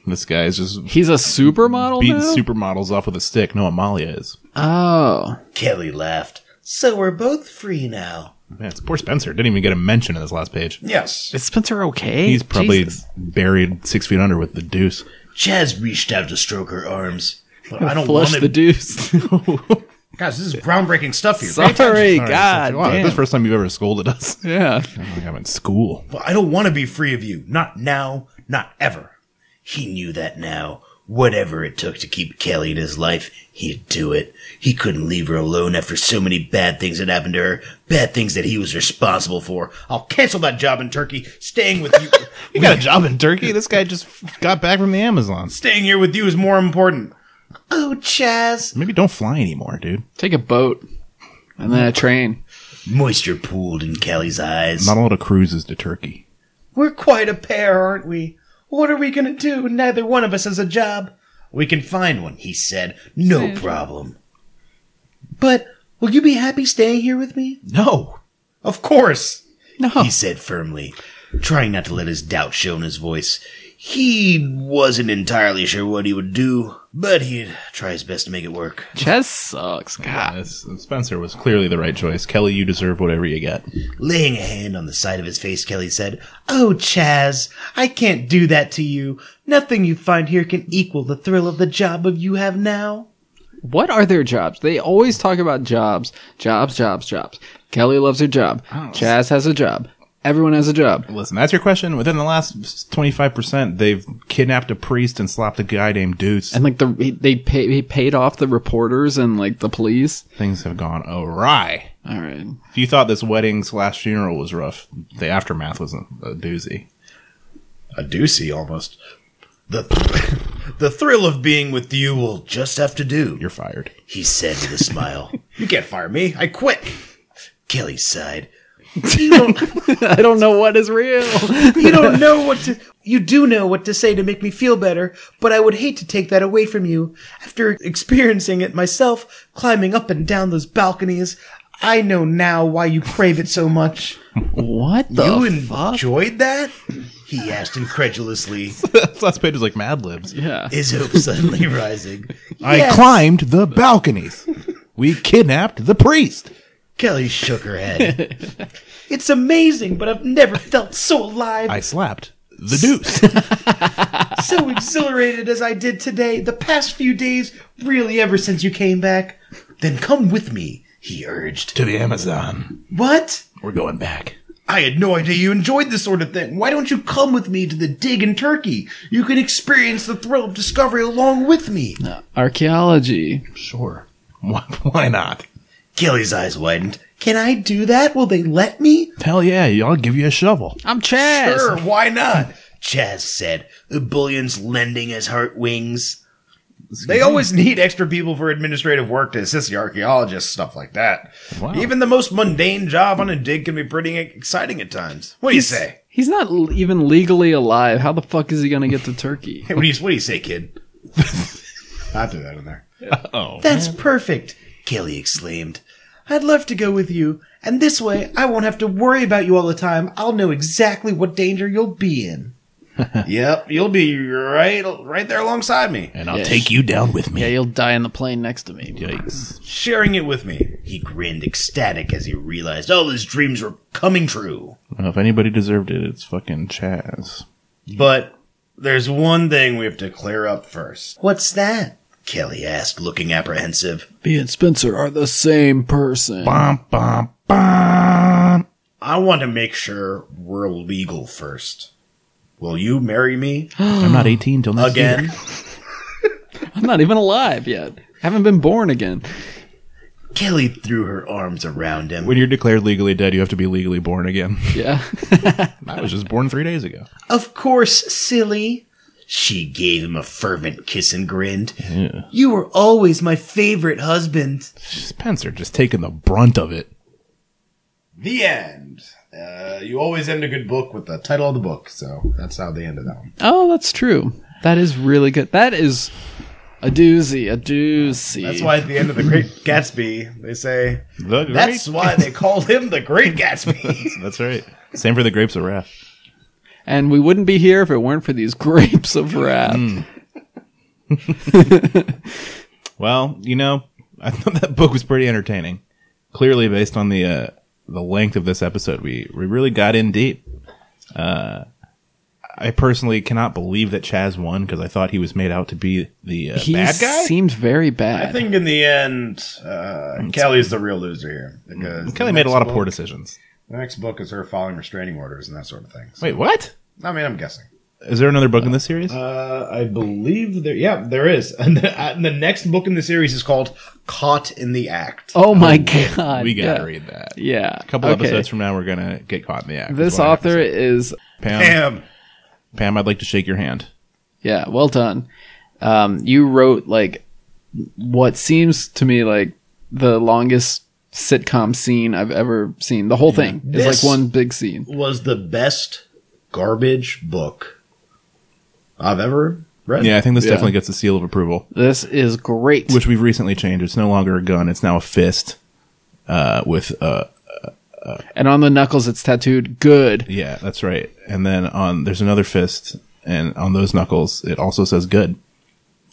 This guy is just He's a supermodel beating now? supermodels off with a stick. No, Amalia is. oh. Kelly laughed. So we're both free now. Man, it's poor Spencer. Didn't even get a mention in this last page. Yes. Is Spencer okay? He's probably Jesus. buried six feet under with the Deuce. Chaz reached out to stroke her arms. But I don't flush want the to deuce. Guys, this is groundbreaking stuff here. Pay attention. Sorry, Wow, god that's damn. the first time you've ever scolded us. yeah. Like I'm in school. But I don't want to be free of you. Not now, not ever. He knew that now. Whatever it took to keep Kelly in his life, he'd do it. He couldn't leave her alone after so many bad things had happened to her, bad things that he was responsible for. I'll cancel that job in Turkey. Staying with you, You got a job in Turkey. This guy just got back from the Amazon. staying here with you is more important. Oh, Chaz! Maybe don't fly anymore, dude. Take a boat. And then a train. Moisture pooled in Kelly's eyes. Not a lot of cruises to Turkey. We're quite a pair, aren't we? What are we gonna do? Neither one of us has a job. We can find one, he said. No problem. But will you be happy staying here with me? No, of course. he said firmly, trying not to let his doubt show in his voice. He wasn't entirely sure what he would do, but he'd try his best to make it work. Chess sucks. God. Yes, Spencer was clearly the right choice. Kelly, you deserve whatever you get. Laying a hand on the side of his face, Kelly said, Oh, Chaz, I can't do that to you. Nothing you find here can equal the thrill of the job of you have now. What are their jobs? They always talk about jobs. Jobs, jobs, jobs. Kelly loves her job. Chaz has a job. Everyone has a job. Listen, that's your question. Within the last twenty five percent, they've kidnapped a priest and slapped a guy named Deuce. And like the he- they pay, he paid off the reporters and like the police. Things have gone awry. All right. If you thought this wedding slash funeral was rough, the aftermath was a, a doozy. A doozy almost. The, the thrill of being with you will just have to do, You're fired. he said with a smile. You can't fire me. I quit. Kelly sighed. I don't know what is real. You don't know what to. You do know what to say to make me feel better, but I would hate to take that away from you. After experiencing it myself, climbing up and down those balconies, I know now why you crave it so much. What the Oh, you fuck? enjoyed that? He asked incredulously, last page is like Mad Libs. yeah. his hopes suddenly rising. I Yes. climbed the balconies. We kidnapped the priest. Kelly shook her head. it's amazing, but I've never felt so alive. I slapped the deuce. so exhilarated as I did today, the past few days, really ever since you came back. Then come with me, he urged. to the Amazon. What? We're going back. I had no idea you enjoyed this sort of thing. Why don't you come with me to the dig in Turkey? You can experience the thrill of discovery along with me. Archaeology. Sure. Why, why not? Kelly's eyes widened. Can I do that? Will they let me? Hell yeah, I'll give you a shovel. I'm Chaz. Sure, why not? Chaz said, the bullion's lending his heart wings. They Mm-hmm. always need extra people for administrative work to assist the archaeologists, stuff like that. Wow. Even the most mundane job on a dig can be pretty e-, exciting at times. What do you say? He's not l- even legally alive. How the fuck is he gonna get to Turkey? Hey, what do you What do you say, kid? I threw that in there. That's perfect, Kelly exclaimed. I'd love to go with you, and this way I won't have to worry about you all the time. I'll know exactly what danger you'll be in. Yep, you'll be right right there alongside me, And I'll Yeah. take you down with me. Yeah, you'll die in the plane next to me. Yikes. sharing it with me. He grinned, ecstatic, as he realized all his dreams were coming true. Well, if anybody deserved it, it's fucking Chaz. But there's one thing we have to clear up first. What's that? Kelly asked, looking apprehensive. Me and Spencer are the same person. Bum, bum, bum. I want to make sure we're legal first. Will you marry me I'm not 18 till next year. again? I'm not even alive yet. Haven't been born again. Kelly threw her arms around him. When you're declared legally dead, you have to be legally born again. Yeah. I was just born three days ago. Of course, silly. She gave him a fervent kiss and grinned. You were always my favorite husband. Spencer just taking the brunt of it. The end. Uh, you always end a good book with the title of the book, so that's how they ended that one. Oh, that's true. That is really good. That is a doozy, a doozy. That's why at the end of the Great Gatsby, they say The great- that's why they called him the Great Gatsby. That's right. Same for the grapes of wrath. And we wouldn't be here if it weren't for these grapes of wrath. Well, you know, I thought that book was pretty entertaining. Clearly, based on the uh, the length of this episode, we we really got in deep. Uh, I personally cannot believe that Chaz won because I thought he was made out to be the uh, He bad guy. seemed very bad. I think in the end, uh, Kelly's the real loser here because Kelly the made a next lot of book- poor decisions. The next book is her following restraining orders and that sort of thing. So, Wait, what? I mean, I'm guessing. Is there another book in this series? Uh, I believe there. Yeah, there is. And the, uh, the next book in the series is called "Caught in the Act." oh my god. we gotta yeah. read that. Yeah. A couple okay. episodes from now, we're gonna get caught in the act. This That's what I have to author say. is Pam, Damn. Pam, I'd like to shake your hand. Yeah, well done. Um, you wrote like what seems to me like the longest sitcom scene I've ever seen. The whole thing is This- like one big scene. was the best garbage book I've ever read. Yeah, I think this Yeah. definitely gets a seal of approval. This is great. which we've recently changed. It's no longer a gun; it's now a fist. Uh, with uh, and on the knuckles, it's tattooed good. yeah, that's right. And then on there's another fist, and on those knuckles, it also says good.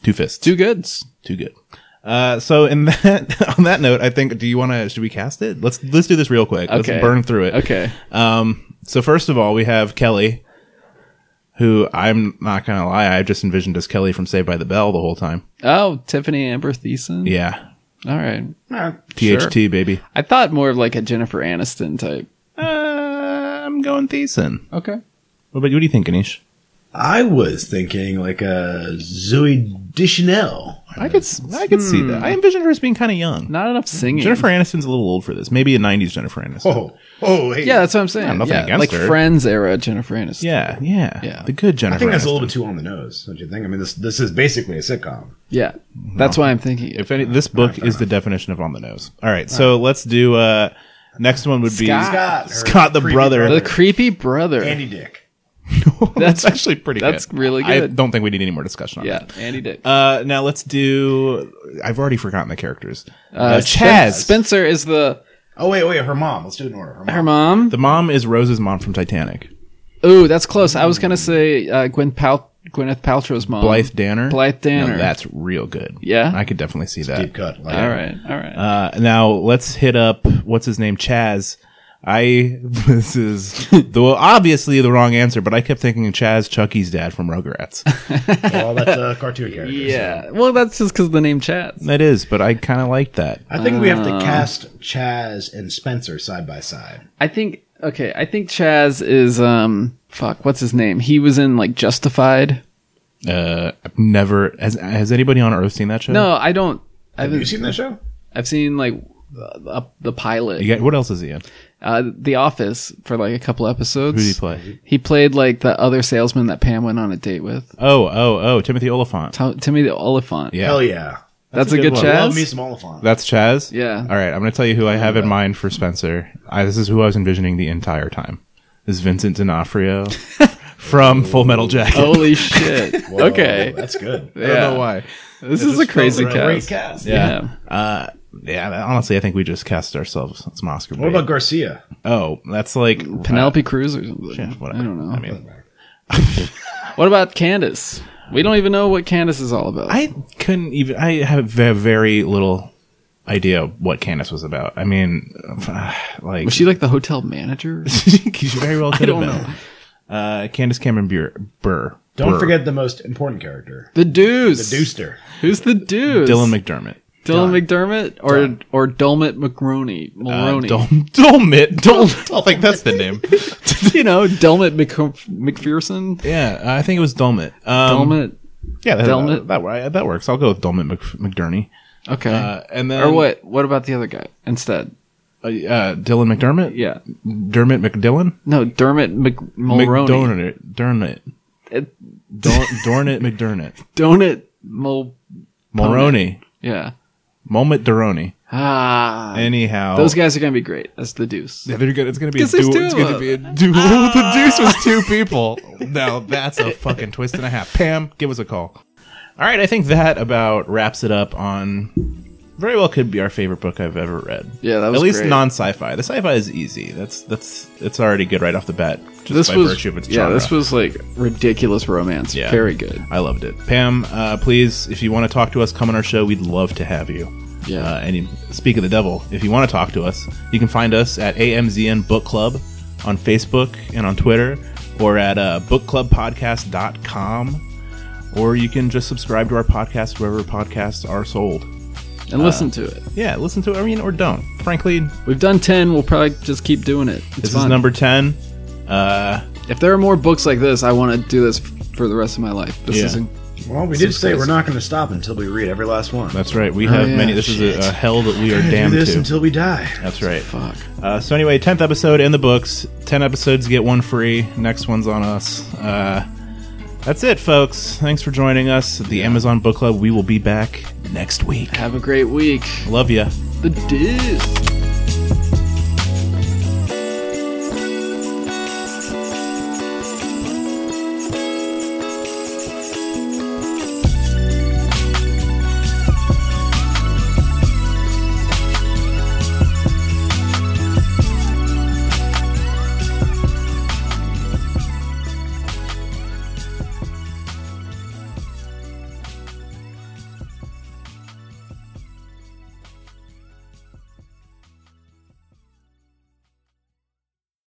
Two fists, Two goods. too good. Uh, so in that on that note, I think do you want to should we cast it? Let's let's do this real quick. Okay. Let's burn through it. Okay. Um, so first of all, we have Kelly, who I'm not gonna lie, I just envisioned as Kelly from Saved by the Bell the whole time. Oh, Tiffany Amber Thiessen. Yeah, All right. THT baby. I thought more of like a Jennifer Aniston type. Uh, I'm going Thiessen. Okay. What about what do you think, Anish? I was thinking like a Zoe Deschanel. I could s- I could see that. I envisioned her as being kind of young. Hmm. Not enough singing. Jennifer Aniston's a little old for this. Maybe a '90s Jennifer Aniston. Oh, oh, hey. Yeah, that's what I'm saying. Yeah, nothing yeah, against like her. Friends era Jennifer Aniston. Yeah, yeah, Yeah. The good Jennifer. I think that's a Aniston. little bit too on the nose. Don't you think? I mean, this this is basically a sitcom. Yeah, that's why I'm thinking. If any, this book is the definition of on the nose. All right, so let's do. uh Next one would be Scott. her Scott the creepy brother. the creepy brother. Andy Dick. that's actually pretty. that's good. really I good. don't think we need any more discussion on yeah, that. Andy Dick. Uh, now let's do. I've already forgotten the characters. Uh, Spen- Chaz. Spencer is the Oh wait, wait, her mom. Let's do it in order. Her mom. her mom. the mom is Rose's mom from Titanic. Ooh, that's close. I was gonna say uh, Gwen Pal- Gwyneth Paltrow's mom. Blythe Danner. Blythe Danner. No, that's real good. Yeah? I could definitely see Deep that. cut. Like, all right. All right. Uh, now let's hit up what's his name, Chaz. I this is the obviously the wrong answer, but I kept thinking Chaz Chucky's dad from Rugrats. Well, that's a uh, cartoon character. yeah. Well, that's just because the name Chaz. that is, but I kind of liked that. I think we have Um, to cast Chaz and Spencer side by side. I think. Okay, I think Chaz is um. Fuck, what's his name? He was in like Justified. Uh, I've never has has anybody on Earth seen that show? No, I don't. I haven't. You seen that show? I've seen like the, the- the pilot, You got- what else is he in? uh, The Office, for like a couple episodes. Who did he play? He played like the other salesman that Pam went on a date with. Oh, oh, oh, Timothy Oliphant. T- Timmy the Oliphant. Yeah. Hell yeah. that's, a good, one. Love me Chaz. some Oliphant. That's Chaz. Yeah. All right, I'm going to tell you who I have in mind for Spencer. I, this is who I was envisioning the entire time. This is Vincent D'Onofrio from Full Metal Jacket. Holy shit! okay, That's good. I don't know why. this is a crazy cast. cast. Yeah. Yeah, honestly, I think we just cast ourselves some Oscar. What about Garcia? oh, that's like Penelope Cruz or something. Yeah, whatever. I don't know. I mean, what about Candace? We don't even know what Candace is all about. I couldn't even. I have ve- very little idea what Candace was about. I mean, like was she like the hotel manager? she very well could don't have been. Uh, Candace Cameron Bure, Burr. Don't Burr. forget the most important character, the Deuce. Deuster. Who's the Deuce? Dylan McDermott. Dylan McDermott or or Dolmet McRoney. Mulroney. Uh, Dol- Dolmet. Dolmet. I think that's the name. you know, Delmit Mc- McPherson. yeah, I think it was Dolmet. Um, Delmit. Yeah, that, Dolmet. That, that, that works. I'll go with Dolmet Mc, McDurney. Okay. Uh, and then or what? What about the other guy instead? Uh, uh, Dylan McDermott. Yeah. Dermot McDillon. No, Dermot Mc- Mulroney. McDonut. Dernit. It- Dor- Dornit McDernit. Donut Mul. Mulroney. Yeah. Moment Doroni. Ah. Anyhow. those guys are gonna be great. That's the Deuce. Yeah, they're good. It's gonna be a Guess there's duel. two It's of gonna them. be a duel. the deuce was two people. No, that's a fucking twist and a half. Pam, give us a call. All right, I think that about wraps it up on. Very well, could be our favorite book I've ever read. Yeah, that was at least great. non-sci-fi. The sci-fi is easy. That's that's it's already good right off the bat. Just This by was virtue of its yeah. genre. This was like ridiculous romance. Yeah. Very good. I loved it. Pam, uh, please, if you want to talk to us, come on our show. We'd love to have you. Yeah. Uh, and you- speak of the devil, if you want to talk to us, you can find us at AMZN Book Club on Facebook and on Twitter or at uh, bookclubpodcast.com. Or you can just subscribe to our podcast wherever podcasts are sold. And uh, listen to it. Yeah, listen to it, I mean, or don't. Frankly, We've done ten. We'll probably just keep doing it. It's this fun. is number 10. Uh, if there are more books like this, I want to do this f- for the rest of my life. This Yeah. is. in- Well, we did say we're not going to stop until we read every last one. that's right. We have Oh, yeah, many. This is a, a hell that we are damned do this to. until we die. that's right. Fuck. Uh, so anyway, tenth episode in the books. Ten episodes get one free. Next one's on us. Uh, that's it, folks. Thanks for joining us at the Amazon Book Club. We will be back next week. Have a great week. Love ya. The Deuce.